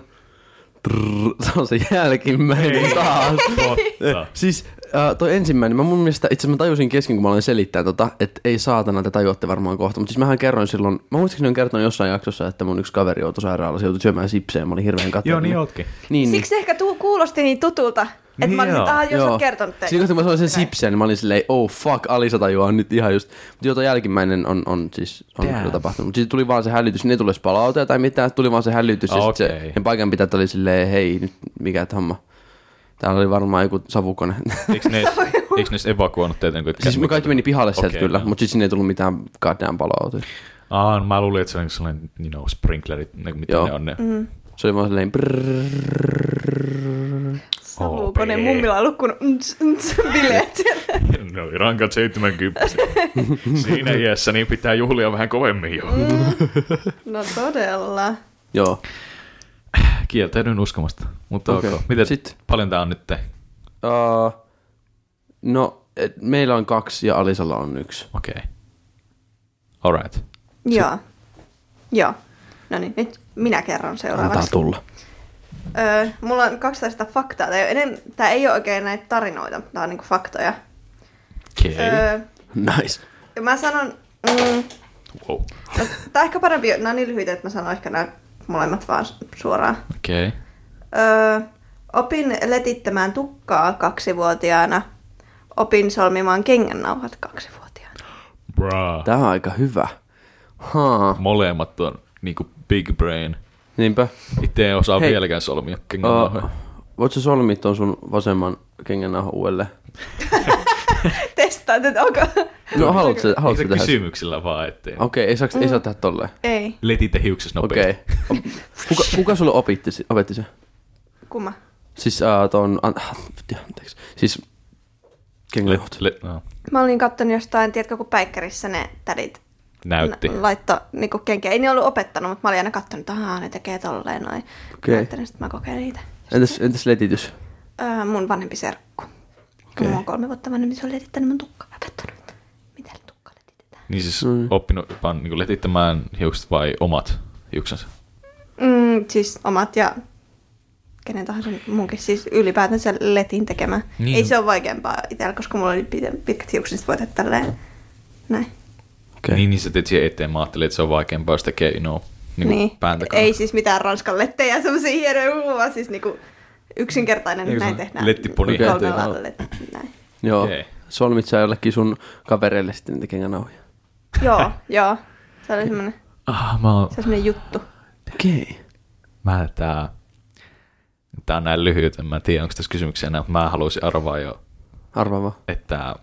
S3: Trrr, se on se jälkimmäinen taas.
S5: Totta.
S3: Siis äh, toi ensimmäinen, mä mun mielestä, itse asiassa mä tajusin kesken, kun mä olin selittää tota, että ei saatana, te tajuatte varmaan kohta, mutta siis mähän kerroin silloin, mä muistaakseni on kertonut jossain jaksossa, että mun yksi kaveri joutui sairaalassa, joutui syömään sipsejä, mä olin hirveän
S5: Joo,
S3: katteellinen.
S5: niin ootkin.
S3: Niin, niin.
S4: Siksi se ehkä tuu, kuulosti niin tutulta, että mä olin,
S5: Joo.
S4: että ah, jos sä oot kertonut teille.
S3: Siinä kohtaa mä sanoin sen sipsen, niin mä olin silleen, oh fuck, Alisa tajuaa nyt ihan just. Mutta joo, toi jälkimmäinen on, on siis on
S5: Damn.
S3: kyllä tapahtunut. Mutta siitä tuli vaan se hälytys, niin ei tule palautuja tai mitään, tuli vaan se hälytys. Ja sit
S5: Okei.
S3: se, ne paikanpitäjät oli silleen, hei, nyt mikä tämä homma. Täällä oli varmaan joku savukone. <laughs>
S5: Eikö ne, eikö ne edes evakuoinut teitä? niin kuin, että
S3: siis me kaikki meni pihalle sieltä
S5: Okei,
S3: kyllä,
S5: joo.
S3: mutta siis sinne ei tullut mitään goddamn palautuja.
S5: Aa, no mä luulin, että se on sellainen, you know, sprinklerit, ne, mitä
S3: Joo.
S5: ne on ne. Mm.
S3: Se oli vaan silleen, brrrr.
S4: Savukone,
S5: OP.
S4: mummilla on lukkunut nts, nts, bileet siellä.
S5: Ne oli rankat 70.
S3: <laughs>
S5: Siinä iässä niin pitää juhlia vähän kovemmin jo.
S4: <laughs>
S3: Mm.
S4: No todella.
S3: Joo.
S5: Kieltäydyn uskomasta, mutta okay.
S3: Okei.
S5: okay. Miten,
S3: Sitten.
S5: paljon tää on nyt? Okei.
S3: Uh, no, et, meillä on kaksi ja Alisalla on yksi.
S5: Okay. Alright.
S4: Joo. Joo. No niin, nyt minä kerron seuraavaksi.
S3: Antaa tulla.
S4: Öö, mulla on kaksi tällaista faktaa. Tämä ei, ole enem- tää ei ole oikein näitä tarinoita, tämä on niinku faktoja.
S5: Okei. Okay.
S4: Öö,
S3: Nice.
S4: ja mä sanon... Mm,
S5: Wow.
S4: no, tää on ehkä parempi, nämä on niin lyhyitä, että mä sanon ehkä nämä molemmat vaan su- suoraan.
S5: Okei. Okay.
S4: Öö, opin letittämään tukkaa kaksivuotiaana. Opin solmimaan kengännauhat kaksivuotiaana. <laughs>
S5: Bruh.
S3: Tää on aika hyvä. Haa.
S5: Molemmat on niinku big brain.
S3: Niinpä.
S5: Itse en osaa
S3: Hei.
S5: vieläkään solmia
S3: Uh,
S5: kengännauhoja.
S3: voitko solmia ton sun vasemman kengännauhan uudelleen?
S4: Testaan, että onko...
S3: No haluatko sä- haluatko sä
S5: Niitä
S3: tehdä?
S5: kysymyksillä vaan, ettei. Okay.
S3: Okei, ei saa, ei saa tehdä tolleen.
S4: ei.
S5: Letitte hiuksessa nopeasti.
S3: Okei.
S5: Okay.
S3: Kuka, kuka sulle opitti, si- opetti se?
S4: Kumma?
S3: Siis uh, ton... An, anteeksi. Siis kengännauhat.
S5: Le- no.
S4: Mä olin kattonut jostain, tiedätkö, kun päikkärissä ne tädit
S5: näytti.
S4: n- laittoi niinku kenkiä. Ei ne ollut opettanut, mutta mä olin aina katsonut, että ahaa, ne tekee tolleen noin.
S3: Okei.
S4: Okay. Sitten mä kokeilin niitä.
S3: Entäs, entäs letitys?
S4: Öö, mun vanhempi serkku. Okay.
S3: Okei.
S4: Mä oon kolme vuotta vanhempi, se oli letittänyt mun tukkaa. Mä kattonut, että miten tukka letitetään.
S5: Niin siis
S3: Mm.
S5: oppinut vaan niin letittämään hiukset vai omat hiuksensa?
S4: Mm, siis omat ja kenen tahansa munkin siis ylipäätänsä letin tekemään.
S5: Niin.
S4: Niin. Ei se ole vaikeampaa itsellä, koska mulla oli pite- pitkät hiukset, sit voi tehdä tälleen näin.
S3: Okei.
S5: Niin, niin sä teet siihen eteen. Mä ajattelin, että se on vaikeampaa, jos tekee, you know, niin niin. pääntä kanssa.
S4: Ei siis mitään ranskan lettejä, semmoisia hienoja huuva, vaan siis niinku yksinkertainen, niin,
S5: Niin, kun
S4: näin
S5: se
S4: tehdään.
S5: lettiponi.
S4: Kolmella
S3: Okei.
S4: lailla let- näin.
S3: Joo.
S5: niin. Okei.
S3: Solmit sä jollekin sun kavereille sitten niitä kengänauhoja.
S4: joo, joo. Se oli semmoinen,
S5: Ah, mä oon...
S4: se oli semmoinen juttu.
S3: Okei. Okay.
S5: Mä tää... Tää on näin lyhyt, en mä tiedä, onko tässä kysymyksiä enää. Mä haluaisin arvaa jo,
S3: Arvaa vaan.
S5: että...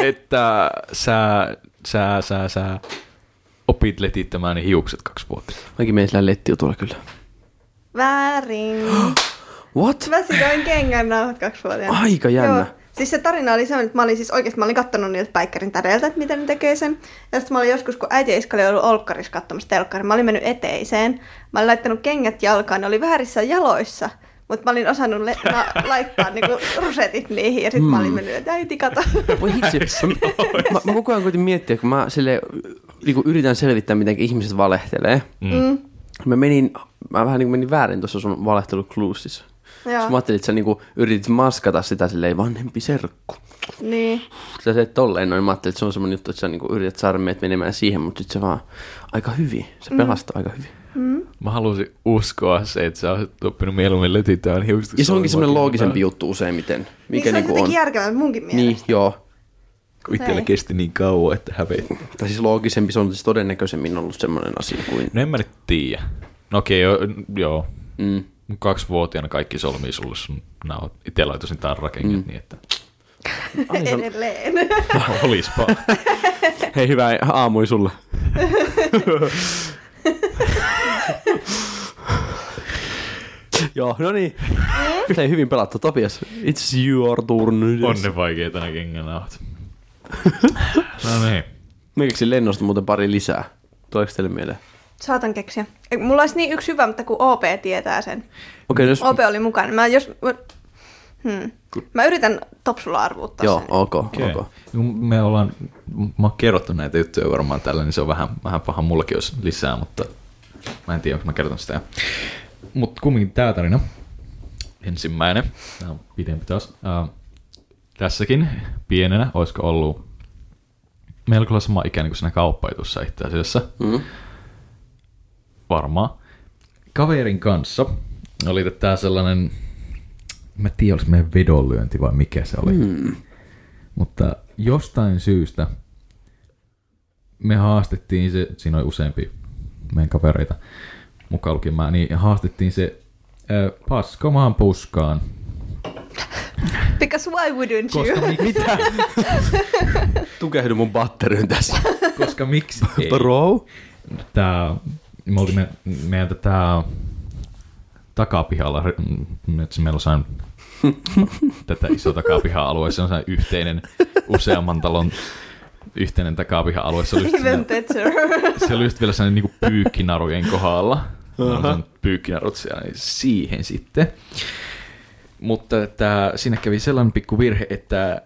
S5: että sä, sä, sä, sä opit letittämään ne hiukset kaksi vuotta.
S3: Mäkin menen sillä lettiutulla kyllä.
S4: Väärin.
S5: <gasps>
S3: What?
S4: Mä sidoin kengän nauhat kaksi vuotta.
S3: Aika jännä.
S4: Siis se tarina oli se, että mä olin siis oikeasti, mä olin kattonut niiltä päikkärin tädeltä, että miten ne tekee sen. Ja sitten mä olin joskus, kun äiti ja iska oli ollut olkkarissa katsomassa telkkaria, mä olin mennyt eteiseen. Mä olin laittanut kengät jalkaan, ne oli väärissä jaloissa. Mutta mä olin osannut le-
S3: <laughs>
S4: na- laittaa niinku rusetit niihin ja sitten mä
S3: Mm.
S4: olin mennyt, että äiti
S3: <laughs>
S4: kato.
S3: Voi
S5: <laughs>
S3: hitsi. mä, mä, mä koko ajan kuitenkin miettiä, kun mä sille, niin kuin yritän selvittää, miten ihmiset valehtelee.
S4: Mm.
S3: Mä menin, mä vähän niin menin väärin tuossa sun valehtelukluustissa.
S4: Joo.
S3: Joo. Mä ajattelin, että sä niinku yritit maskata sitä silleen vanhempi serkku.
S4: Niin.
S3: Sä teet tolleen noin, mä ajattelin, että se on semmoinen juttu, että sä niinku yrität saada meidät menemään siihen, mutta sit se vaan aika hyvin, se pelastaa aika hyvin.
S5: Mä halusin uskoa se, että sä oot oppinut mieluummin letittämään hiukset.
S3: Ja se onkin semmoinen loogisempi
S5: juttu.
S3: juttu useimmiten,
S4: Mikä
S3: mikä
S4: niin se on
S3: niinku
S4: jotenkin
S3: on.
S4: järkevää munkin mielestä.
S3: Niin, joo.
S5: Kun itsellä
S4: Ei.
S5: kesti niin kauan, että hävetti.
S3: Tai siis loogisempi, se on siis todennäköisemmin ollut semmoinen asia kuin...
S5: No en mä nyt tiedä. No okei, okay, joo, joo.
S3: Mm.
S5: Mun kaksivuotiaana kaikki solmii sulle sun nauhat. Itse laitoisin tarrakengät mm. niin, että <laughs>
S3: Ai, se on...
S4: Edelleen. <laughs>
S5: olispa.
S3: <laughs> Hei, hyvää aamui sulle. <laughs> Joo, no niin. Hei, hyvin pelattu, Topias. It's your turn.
S5: On ne vaikeita ne kengänauhat. no niin.
S3: Mä keksin lennosta muuten pari lisää. Tuleeko teille mieleen?
S4: Saatan keksiä. Ei, Mulla olisi niin yksi hyvä, mutta kun OP tietää sen.
S3: Okei, no jos...
S4: OP oli mukana. Mä, jos, mä, hmm. mä yritän topsulla arvuuttaa
S3: Joo,
S4: sen.
S3: ok,
S5: Okay.
S3: ok.
S5: Me ollaan, mä oon kerrottu näitä juttuja varmaan tällä, niin se on vähän, vähän paha mullakin jos lisää, mutta mä en tiedä, onko mä kertonut sitä. Mutta kumminkin tää tarina, ensimmäinen, tää on pidempi taas. Äh, tässäkin pienenä, olisiko ollut melko lailla sama ikäinen kuin siinä kauppaitussa itse asiassa.
S3: Mm.
S5: varmaan. Kaverin kanssa oli tää sellainen, mä en tiedä oliko meidän vedonlyönti vai mikä se oli. Mm. Mutta jostain syystä me haastettiin se, siinä oli useampi meidän kavereita mukaan lukien mä, niin haastettiin se ö, paskomaan puskaan.
S4: Because why wouldn't you?
S5: Koska, mik,
S3: Tukehdy mun batteriin tässä.
S5: koska miksi ei?
S3: Bro?
S5: tää, me olimme meiltä tää takapihalla, mm, nyt se meillä on sain tätä iso takapiha-alue, se on sellainen yhteinen useamman talon yhteinen takapiha-alue.
S4: <laughs>
S5: Se oli just,
S4: Even
S5: siinä,
S4: better.
S5: se oli just vielä sellainen niinku pyykkinarujen kohdalla. Uh-huh. Pyykkinarut siellä, niin siihen sitten. Mutta tää, siinä kävi sellainen pikku virhe, että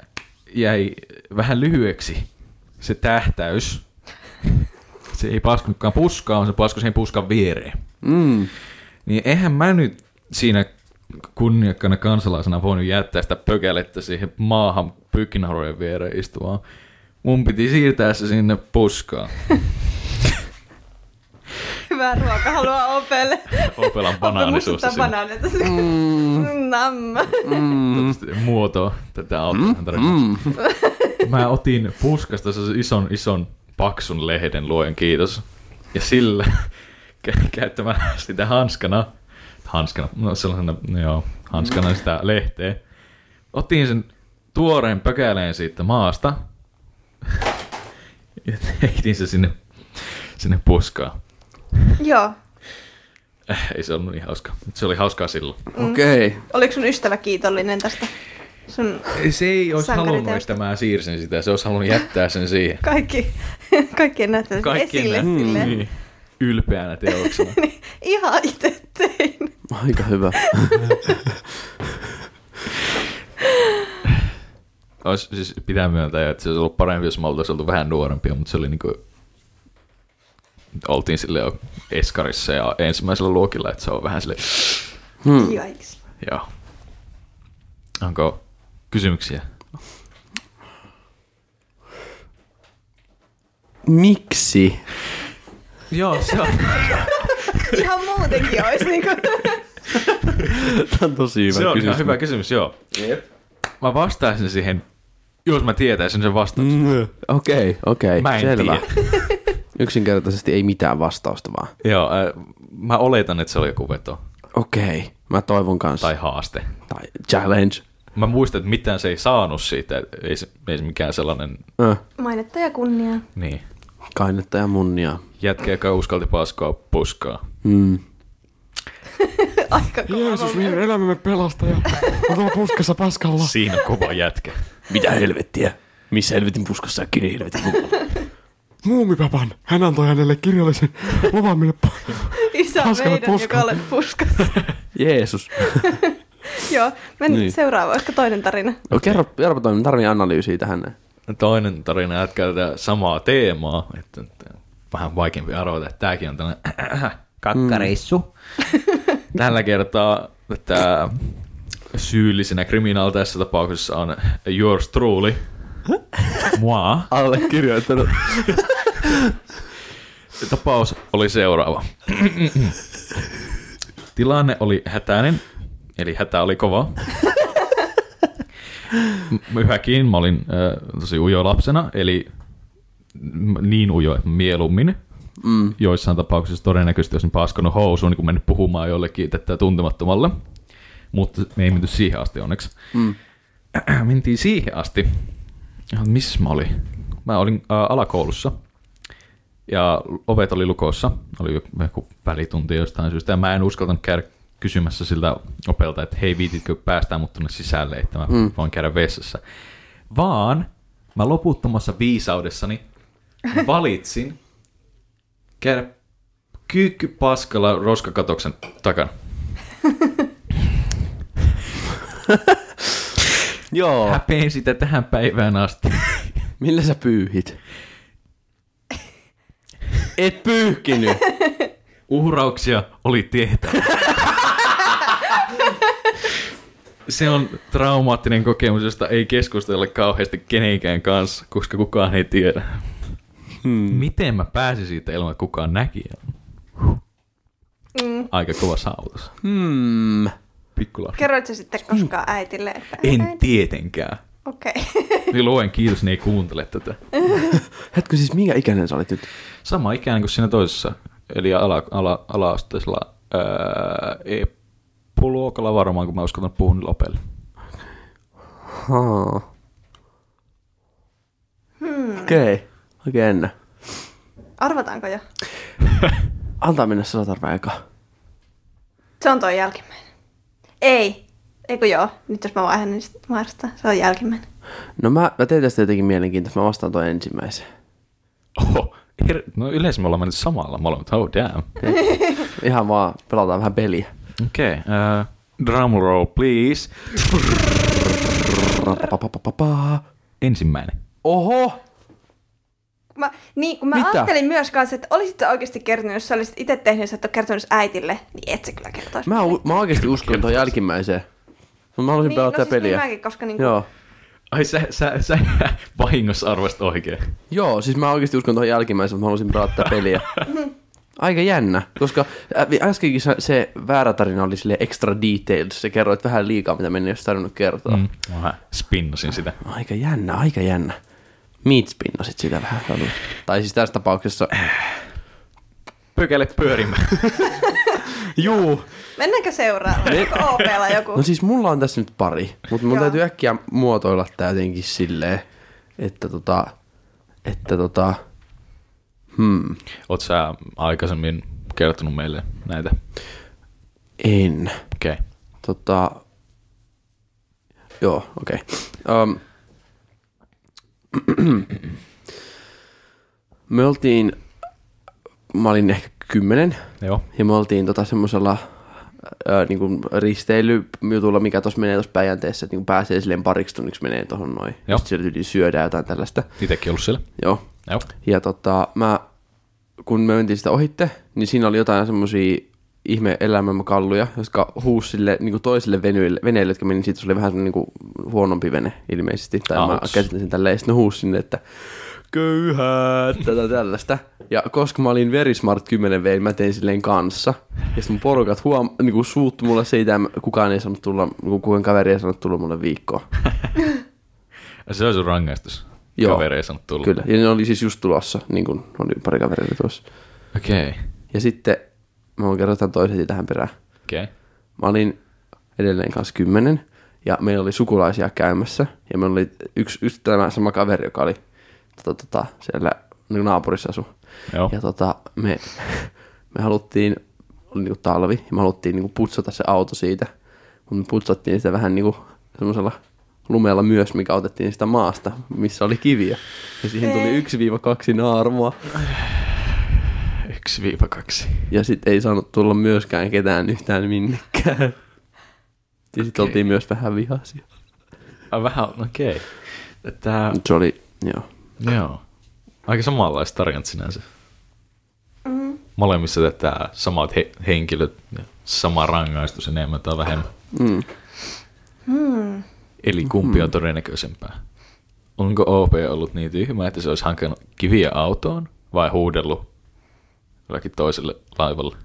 S5: jäi vähän lyhyeksi se tähtäys. Se ei paskunutkaan puskaan, vaan se paskui sen puskan viereen.
S3: Mm.
S5: Niin eihän mä nyt siinä kunniakkaana kansalaisena voinut jättää sitä pökälettä siihen maahan pykinharojen viereen istumaan. Mun piti siirtää se sinne puskaan.
S4: Hyvää ruoka haluaa OPlle.
S5: Opelan banaanisuussa
S4: sinne.
S5: sinne.
S4: banaaneita sinne. Mm. Namma.
S5: Toivottavasti Muotoa tätä auttaa mm, <laughs> Mä otin puskasta sellaisen ison, ison paksun lehden, luojan kiitos. Ja sillä <laughs> kä- käyttämään sitä hanskana, hanskana, no sellaisena, no joo, hanskana sitä lehteä. Otin sen tuoreen pökäleen siitä maasta <laughs> ja heitin se sinne, sinne puskaan.
S4: <laughs> Joo.
S5: Äh, ei se ollut niin hauska, mutta se oli hauskaa silloin.
S3: Okei.
S4: Oliko sun ystävä kiitollinen tästä? sun
S5: Se ei olisi
S4: Sankariteos.
S5: halunnut, että mä siirsin sitä. Se olisi halunnut jättää sen siihen.
S4: kaikki, <laughs> kaikkien näyttäjät esille
S5: nä-
S4: sille.
S5: Niin. Ylpeänä <laughs> teoksena.
S4: Niin, <laughs> ihan itse tein.
S3: Aika hyvä.
S5: Ois, siis pitää myöntää, että se olisi ollut parempi, jos me oltaisiin oltu vähän nuorempia, mutta se oli niinku... Oltiin sille jo eskarissa ja ensimmäisellä luokilla, että se on vähän sille...
S4: Hmm. Jaiks.
S5: Joo. Onko kysymyksiä?
S3: Miksi?
S5: Joo, se on,
S4: Ihan muutenkin olisi niinku.
S3: Tämä on tosi hyvä
S5: <laughs> se on ihan
S3: kysymys.
S5: hyvä kysymys, joo. Mä vastaisin siihen, jos mä tietäisin sen vastauksen.
S3: Mm, Okei, okei.
S5: Mä en
S3: Selvä.
S5: tiedä.
S3: <laughs> Yksinkertaisesti ei mitään vastausta vaan.
S5: Joo, äh, mä oletan, että se oli joku veto
S3: Okei. Mä toivon kanssa.
S5: tai haaste.
S3: Tai challenge.
S5: Mä muistan, että mitään se ei saanut siitä, että ei se, ei se mikään sellainen,
S3: Äh,
S4: <laughs> Mainetta ja kunnia.
S5: niin,
S3: kainetta ja munnia.
S5: jätkä, joka uskalti paskoa puskaa.
S3: Mm.
S4: Aika kova.
S1: meidän elämämme pelastaja. On tuolla puskassa paskalla.
S5: Siinä on kova jätkä.
S3: Mitä helvettiä? Missä helvetin puskassa ja kiinni helvetin
S5: <laughs>
S3: puskassa?
S1: Muumipapan. Hän antoi hänelle kirjallisen luvan, mille pa-
S4: Isä
S1: Paskalle
S4: meidän,
S1: puskaan.
S4: joka olet puskassa.
S3: Jeesus.
S4: <laughs> Joo, mennään
S3: Niin.
S4: niin. seuraava, olisiko toinen tarina?
S3: No, kerro, kerro toinen tarvii analyysiä tähän.
S5: <laughs> Toinen tarina jatkaa tätä samaa teemaa, että, että vähän vaikeampi arvata, että tämäkin on tällainen <clears throat> kakkareissu. Tällä kertaa tämä syyllisenä kriminaali tässä tapauksessa on yours truly. Moi.
S3: Allekirjoittanut.
S5: Tapaus oli seuraava. Tilanne oli hätäinen, eli hätä oli kova. M- Yhäkin mä olin äh, tosi ujo lapsena, eli m- niin ujo, että mieluummin. Mm. Joissain tapauksissa todennäköisesti olisin paskonut housuun, niin kun mennyt puhumaan jollekin tätä tuntemattomalle. Mutta me ei menty siihen asti onneksi. Mm. Mentiin siihen asti. Ja Missä mä olin? Mä olin äh, alakoulussa ja ovet oli lukossa, oli joku välitunti jostain syystä, ja mä en uskaltanut käydä kysymässä siltä opelta, että hei viititkö päästään mut tonne sisälle, että mä mm. voin käydä vessassa. Vaan mä loputtomassa viisaudessani valitsin käydä kyykkypaskalla roskakatoksen takana.
S3: <laughs> Joo.
S5: Häpein sitä tähän päivään asti.
S3: Millä sä
S5: <laughs>
S3: pyyhit? Et pyyhkinyt.
S5: Uhrauksia oli tehtävä. Se on traumaattinen kokemus, josta ei keskustella kauheasti kenenkään kanssa, koska kukaan ei tiedä. Hmm. Miten mä pääsin siitä ilman, että kukaan näki?
S4: Mm.
S5: Aika kova saavutus.
S3: Hmm.
S5: Pikkulapsi.
S4: Kerroit sä sitten
S3: Mm.
S4: koskaan äitille, että
S5: En tietenkään.
S4: Okei. <laughs>
S5: Niin luen kiitos, ne ei kuuntele tätä.
S3: Hetkö siis, minkä ikäinen sä olit nyt?
S5: Sama ikään kuin siinä toisessa, eli ala, ala, ala-asteisella ää, e-puluokalla varmaan, kun mä uskallan puhua niillä opeille.
S3: Haa.
S4: Hmm.
S3: Okei. Okay. Okei, Enne.
S4: Arvataanko jo?
S3: Antaa mennä sotatarve eka.
S4: Se on toi jälkimmäinen. Ei. Eikö joo? Nyt jos mä vaihan, niin sit Marsta. Se on jälkimmäinen.
S3: No mä, mä teen tästä jotenkin mielenkiintoista. Mä vastaan tuon ensimmäisen.
S5: Oho, her- no yleensä me ollaan mennyt samalla molemmat, oh damn.
S3: Ihan vaan pelataan vähän peliä.
S5: Okei, okay, uh, drum roll please.
S3: Rapapapapapa.
S5: Ensimmäinen.
S3: Oho!
S4: Mä, niin, kun mä
S3: Mitä?
S4: ajattelin myös kanssa, että olisit sä oikeasti kertonut, jos sä olisit itse tehnyt, jos sä et ole kertonut äitille, niin et sä kyllä kertoisi.
S3: Mä, u- mä oikeesti uskon tuon jälkimmäiseen. Mut Mä haluaisin
S4: niin,
S3: pelata tätä
S4: no siis niin
S3: peliä.
S4: mäkin, koska niin
S3: Joo.
S5: Ai sä, sä, sä <laughs> vahingossa arvasit oikein.
S3: Joo, siis mä oikeasti uskon tuohon jälkimmäiseen, että mä halusin pelata tätä
S4: <laughs>
S3: peliä. Aika jännä, koska ä- äskenkin sä- se väärä tarina oli sille extra details. Sä kerroit vähän liikaa, mitä meni, jos tarvinnut kertoa. Mm.
S5: Mm. Mä vähän spinnasin sitä.
S3: Aika jännä, aika jännä. Meat spinnasit sitä vähän. Taru. Tai siis tässä tapauksessa...
S5: Pökäle pyörimään.
S3: Juu.
S4: Mennäänkö seuraavaan? Onko OPlla
S3: <laughs>
S4: joku?
S3: No siis mulla on tässä nyt pari, mutta mun
S4: Joo.
S3: täytyy äkkiä muotoilla tää jotenkin silleen, että tota... Että tota... Hmm.
S5: Oot sä aikaisemmin kertonut meille näitä?
S3: En.
S5: Okei. Okay.
S3: Tota... Joo, okei. Okay. Um, <clears throat> me oltiin, mä olin ehkä kymmenen,
S5: Joo.
S3: ja me oltiin tota semmoisella ää, niin kuin risteilyjutulla, mikä tuossa menee tuossa Päijänteessä, että niin pääsee silleen pariksi tunniksi menee tuohon noin.
S5: Joo.
S3: Sitten siellä yli syödään jotain tällaista.
S5: Itsekin ollut siellä.
S3: Joo.
S5: Joo.
S3: Ja tota, mä, kun me mentiin sitä ohitte, niin siinä oli jotain semmosia ihme elämänkalluja, jotka huusi sille niin kuin toisille veneille, veneille, jotka meni siitä, se oli vähän semmonen niin kuin huonompi vene ilmeisesti, tai Ouch. mä
S5: Ouch.
S3: käsitin sen tälleen, ja sitten ne huusi sinne, että köyhää, tätä tällaista. Ja koska mä olin Verismart 10 V, niin mä tein silleen kanssa. Ja sitten mun porukat huom, niin kuin suuttu mulle siitä, ja mä- kukaan ei saanut tulla, kukaan kaveri ei saanut tulla mulle viikkoa.
S5: Se on sun rangaistus.
S3: Joo.
S5: Kaveri ei saanut tulla.
S3: Kyllä, ja ne oli siis just tulossa, niin kuin oli pari kaveria tuossa.
S5: Okei. Okay.
S3: Ja sitten, mä voin kerrata toisen tähän perään.
S5: Okei. Okay.
S3: Mä olin edelleen kanssa kymmenen, ja meillä oli sukulaisia käymässä, ja meillä oli yksi, yksi tämä sama kaveri, joka oli tota, tota, siellä niin naapurissa asu.
S5: Joo.
S3: Ja tota, me, <laughs> me haluttiin, oli niin talvi, ja me haluttiin niin putsata se auto siitä, mutta me putsattiin sitä vähän niin kuin semmoisella lumella myös, mikä otettiin sitä maasta, missä oli kiviä. Ja siihen
S4: Ei.
S3: tuli 1-2 naarmua.
S5: 1-2.
S3: Ja sitten ei saanut tulla myöskään ketään yhtään minnekään. Ja sitten
S5: Okei.
S3: oltiin myös vähän vihaisia.
S5: Ah, vähän, okei. Okay. Tää,
S3: Mut Se oli, joo.
S5: joo. Aika samanlaiset tarinat sinänsä. Molemmissa tätä samat he, henkilöt, ja sama rangaistus enemmän tai vähemmän.
S3: Mm.
S5: Eli kumpi on todennäköisempää? Onko OP ollut niin tyhmä, että se olisi hankkinut kiviä autoon vai huudellut jollakin toiselle laivalle?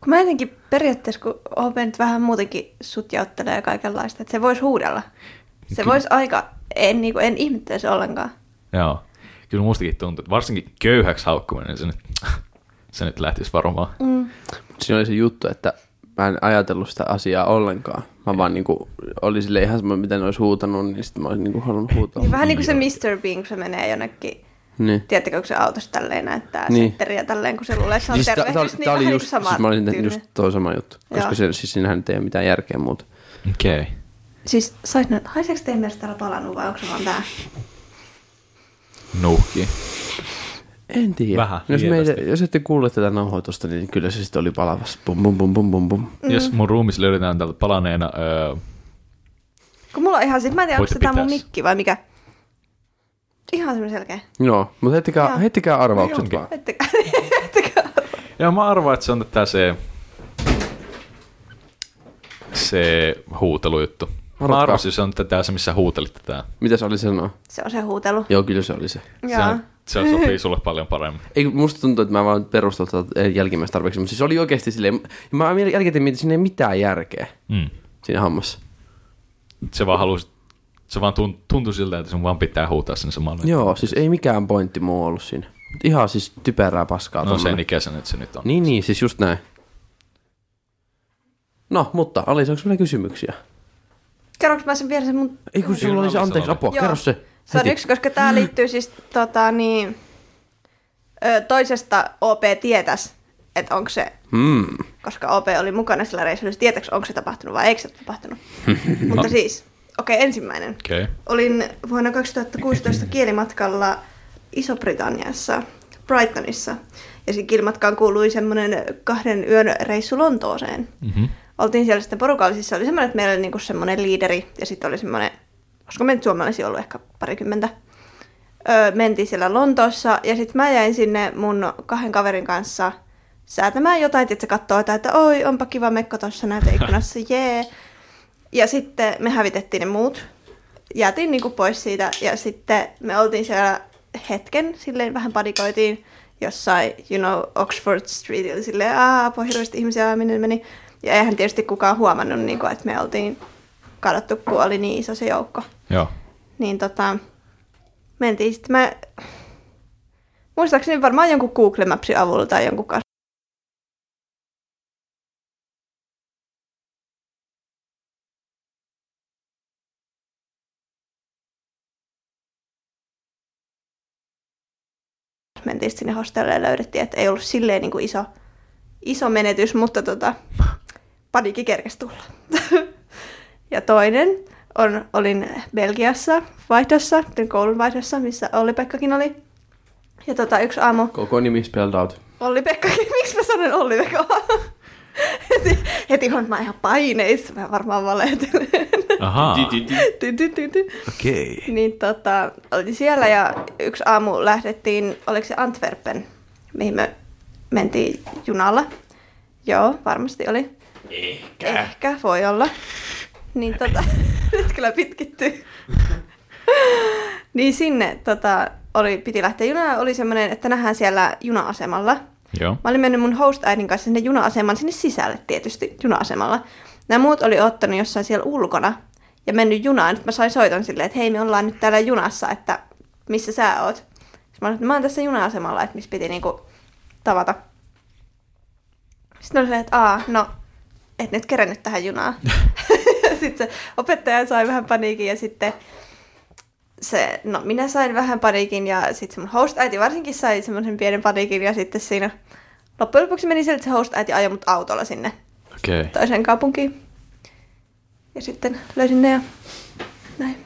S4: Kun mä jotenkin periaatteessa, kun OP nyt vähän muutenkin sutjauttelee kaikenlaista, että se voisi huudella. Se voisi aika, en, niin kuin, en ihmettelisi ollenkaan.
S5: Joo. Kyllä mustakin tuntuu, että varsinkin köyhäksi haukkuminen, se nyt, <laughs> se nyt lähtisi varmaan.
S3: Mut Siinä oli se juttu, että mä en ajatellut sitä asiaa ollenkaan. Mä vaan niinku, oli sille ihan sama, miten ne olisi huutanut, niin sitten mä olisin niinku halunnut huutaa.
S4: Niin vähän niin kuin se Mr. Bean, kun se menee jonnekin,
S3: Niin.
S4: tiedättekö, kun se autossa tälleen näyttää
S3: Niin.
S4: niin. setteriä tälleen, kun se luulee, että se on
S3: Siis
S4: siis
S3: tää- tää-
S4: tervehdys, niin
S3: tää
S4: vähän
S3: oli
S4: niin
S3: just,
S4: kuin sama
S3: siis mä olin just toi sama juttu, koska
S4: Joo.
S3: se, siis siinähän nyt ei ole mitään järkeä muuta.
S5: Okei. Okay.
S4: Siis sais näitä, haiseeko teidän mielestä täällä palannut vai onko se vaan tää?
S5: Nuhki.
S3: En tiedä.
S5: Vähän,
S3: jos, meitä,
S5: lievästi.
S3: jos ette kuule tätä nauhoitusta, niin kyllä se sitten oli palavassa. Bum, bum, bum, bum, bum, bum.
S5: Mm. Jos mun ruumissa löydetään täältä palaneena öö,
S4: Kun mulla on ihan siis, mä en tiedä, onko
S5: Voitte
S4: se tää mun
S5: pitää se.
S4: mikki vai mikä. Ihan semmoinen selkeä.
S3: Joo, mutta heittäkää,
S4: Joo.
S3: heittäkää arvaukset
S5: Onkin.
S3: vaan.
S4: Ettekö? <laughs> Ettekö?
S5: Joo, mä arvaan, että se on tätä se... Se huutelujuttu. Mä
S3: Arvatkaa.
S5: arvasin, että se on tätä se, missä huutelit tätä.
S3: Mitä se oli sanoa?
S4: Se on se huutelu.
S3: Joo, kyllä se oli se.
S5: Se,
S4: Joo.
S5: on, se sopii sulle paljon paremmin.
S3: Ei, musta tuntuu, että mä vaan perustelin tätä jälkimmäistä tarpeeksi, mutta siis se oli oikeasti silleen, ja mä miel- jälkikäteen mietin, että siinä ei mitään järkeä
S5: Mm.
S3: siinä hammassa.
S5: Se vaan halusi, se vaan tun- tuntui siltä, että sun vaan pitää huutaa sen samalla.
S3: Joo, siis ei mikään pointti muu ollut siinä. Mut Ihan siis typerää paskaa.
S5: No sen
S3: tommonen.
S5: ikäisenä, että se nyt on.
S3: Niin, niin, siis just näin. No, mutta Alisa, onko sulla kysymyksiä?
S4: Kerroks mä sen vielä sen mun...
S3: Ei kun sulla oli se,
S5: Ilman
S3: anteeksi,
S5: sanoja.
S3: apua,
S4: Joo.
S3: kerro se.
S4: Se on
S3: heti.
S4: yksi, koska tää liittyy siis tota niin... Ö, toisesta OP tietäs, että onko se...
S3: Mm.
S4: Koska OP oli mukana sillä reissulla, niin se tietääks onko se tapahtunut vai eikö se tapahtunut. Mutta siis, okei okay, ensimmäinen.
S5: Okei. Okay.
S4: Olin vuonna 2016 kielimatkalla Iso-Britanniassa, Brightonissa. Ja siinä kielimatkaan kuului semmoinen kahden yön reissu Lontooseen.
S5: Mhm.
S4: Mm-hmm. Oltiin siellä sitten porukallisissa. Oli semmoinen, että meillä oli niinku semmoinen liideri ja sitten oli semmoinen, olisiko me nyt suomalaisia ollut ehkä parikymmentä. Öö, mentiin siellä Lontoossa ja sitten mä jäin sinne mun kahden kaverin kanssa säätämään jotain, että se katsoo jotain, että oi, onpa kiva mekko tuossa näyteikkunassa, jee. Ja sitten me hävitettiin ne muut. Jäätiin niinku pois siitä ja sitten me oltiin siellä hetken, silleen vähän padikoitiin jossain, you know, Oxford Streetillä, silleen, aah, apua hirveästi ihmisiä minne meni. Ja eihän tietysti kukaan huomannut, niinku, että me oltiin kadottu, kun oli niin iso se joukko.
S5: Joo.
S4: Niin tota, mentiin sitten mä, muistaakseni varmaan jonkun Google Mapsin avulla tai jonkun kanssa. mentiin sit sinne hostelleen ja löydettiin, että ei ollut silleen niin kuin iso, iso menetys, mutta tota, panikki kerkesi tulla. <laughs> ja toinen on, olin Belgiassa vaihdossa, koulun vaihdossa, missä Olli-Pekkakin oli. Ja tota, yksi aamu
S3: Koko nimi spelled out.
S4: Olli Pekka, <laughs> miksi mä sanon Olli Pekka? <laughs> heti, heti on mä ihan paineissa, mä varmaan valehtelen. <laughs>
S5: Ahaa.
S4: Ty, ty, ty, ty.
S5: Okei. Okay.
S4: niin tota, oltiin siellä ja yksi aamu lähdettiin, oliko se Antwerpen, mihin me mentiin junalla. Joo, varmasti oli. Ehkä. Ehkä, voi olla. Niin tota, <laughs> nyt kyllä pitkittyy. <laughs> niin sinne tota, oli, piti lähteä junaan, oli semmoinen, että nähdään siellä juna-asemalla.
S5: Joo.
S4: Mä olin mennyt mun host-äidin kanssa sinne juna-asemaan, sinne sisälle tietysti, juna-asemalla. Nämä muut oli ottanut jossain siellä ulkona ja mennyt junaan. Nyt mä sain soiton silleen, että hei me ollaan nyt täällä junassa, että missä sä oot. Sitten mä sanoin, että mä oon tässä juna-asemalla, että missä piti niinku tavata. Sitten oli silleen, että aa, no, et nyt kerennyt tähän junaan. <laughs> sitten se opettaja sai vähän paniikin ja sitten se, no minä sain vähän paniikin ja sitten se mun host-äiti varsinkin sai semmoisen pienen paniikin ja sitten siinä loppujen lopuksi meni sille, että se host-äiti ajoi mut autolla sinne
S5: Okei. Okay.
S4: toiseen kaupunkiin. Ja sitten löysin ne ja näin.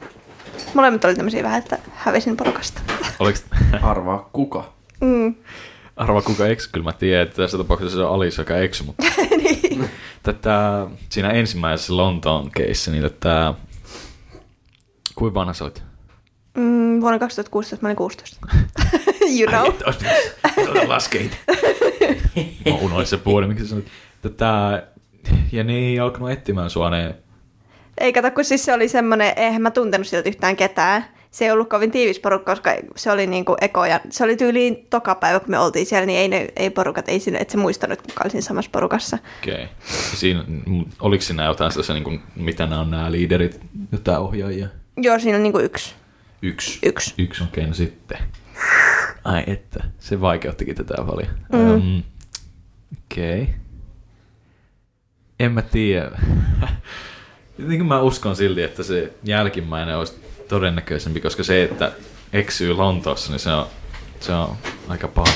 S4: Molemmat oli tämmöisiä vähän, että hävisin porukasta.
S5: Oliko <laughs>
S3: Arvaa kuka.
S4: Mm.
S5: arva kuka eksy? Kyllä mä tiedän, että tässä tapauksessa se on Alice, joka eksy, mutta
S4: niin.
S5: tätä, siinä ensimmäisessä Lontoon keissä, niin tätä, kuinka vanha sä olit?
S4: mm, vuonna 2016 mä olin 16. <laughs> you know.
S5: Laskein. Mä unoin se vuoden, miksi sä sanoit. Tätä, ja niin, alkanut etsimään sua ne.
S4: Ei kato, kun siis se oli semmoinen, eihän mä tuntenut siltä yhtään ketään. Se ei ollut kovin tiivis porukka, koska se oli niinku eko ja se oli tyyliin toka päivä, kun me oltiin siellä, niin ei, ne, ei porukat, ei sinne, et se muistanut, kuka oli siinä samassa porukassa.
S5: Okei. Okay. Siinä, mm, oliko siinä jotain sellaista, niin kuin, mitä nämä on nämä liiderit, jotain ohjaajia?
S4: Joo, siinä on niinku yksi.
S5: Yksi.
S4: Yksi.
S5: Yksi, okei, okay, no sitten. Ai että, se vaikeuttikin tätä paljon. Mm. Um, okei. Okay. En mä tiedä. <laughs> Jotenkin mä uskon silti, että se jälkimmäinen olisi todennäköisempi, koska se, että eksyy Lontoossa, niin se on, se on aika paha.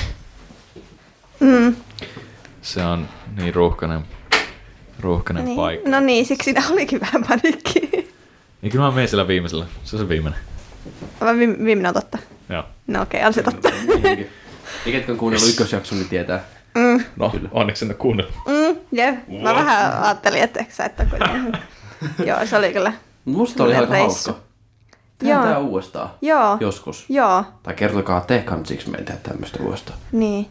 S4: Mm.
S5: Se on niin ruuhkainen, ruuhkainen niin. paikka.
S4: Niin. No niin, siksi siinä olikin vähän paniikki.
S5: Niin kyllä mä menen sillä viimeisellä. Se on se viimeinen.
S4: Vai vi- viimeinen on totta?
S5: Joo.
S4: No okei, okay, on se <laughs> totta.
S3: Ja ketkä on kuunnellut ykkösjakson, niin tietää.
S5: No, kyllä. onneksi en ole kuunnellut.
S4: Mm, jep, mä vähän ajattelin, että sä et ole <laughs> kuitenkin. Joo, se oli kyllä.
S3: Musta oli
S4: Semmoinen
S3: aika
S4: reissu.
S3: hauska. Tehdään
S4: Joo.
S3: tää uudestaan.
S4: Joo.
S3: Joskus.
S4: Joo,
S3: Tai kertokaa te kansiksi meitä tämmöistä uudestaan.
S4: niin.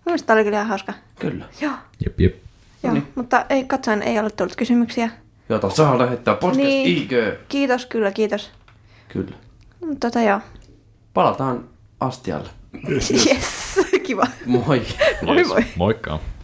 S4: Mun mielestä tää oli kyllä ihan hauska.
S3: Kyllä.
S4: Joo,
S5: Jep, jep.
S4: joo. Niin. mutta ei katsoin, ei ole tullut kysymyksiä.
S3: Jota saa lähettää podcast
S4: Niin.
S3: niin. IG.
S4: Kiitos, kyllä, kiitos.
S3: Kyllä.
S4: Mut Tota joo.
S3: Palataan astialle.
S4: Yes, kiva.
S3: Moi. <laughs>
S4: Moi
S5: Jees.
S4: moi.
S5: Moikka.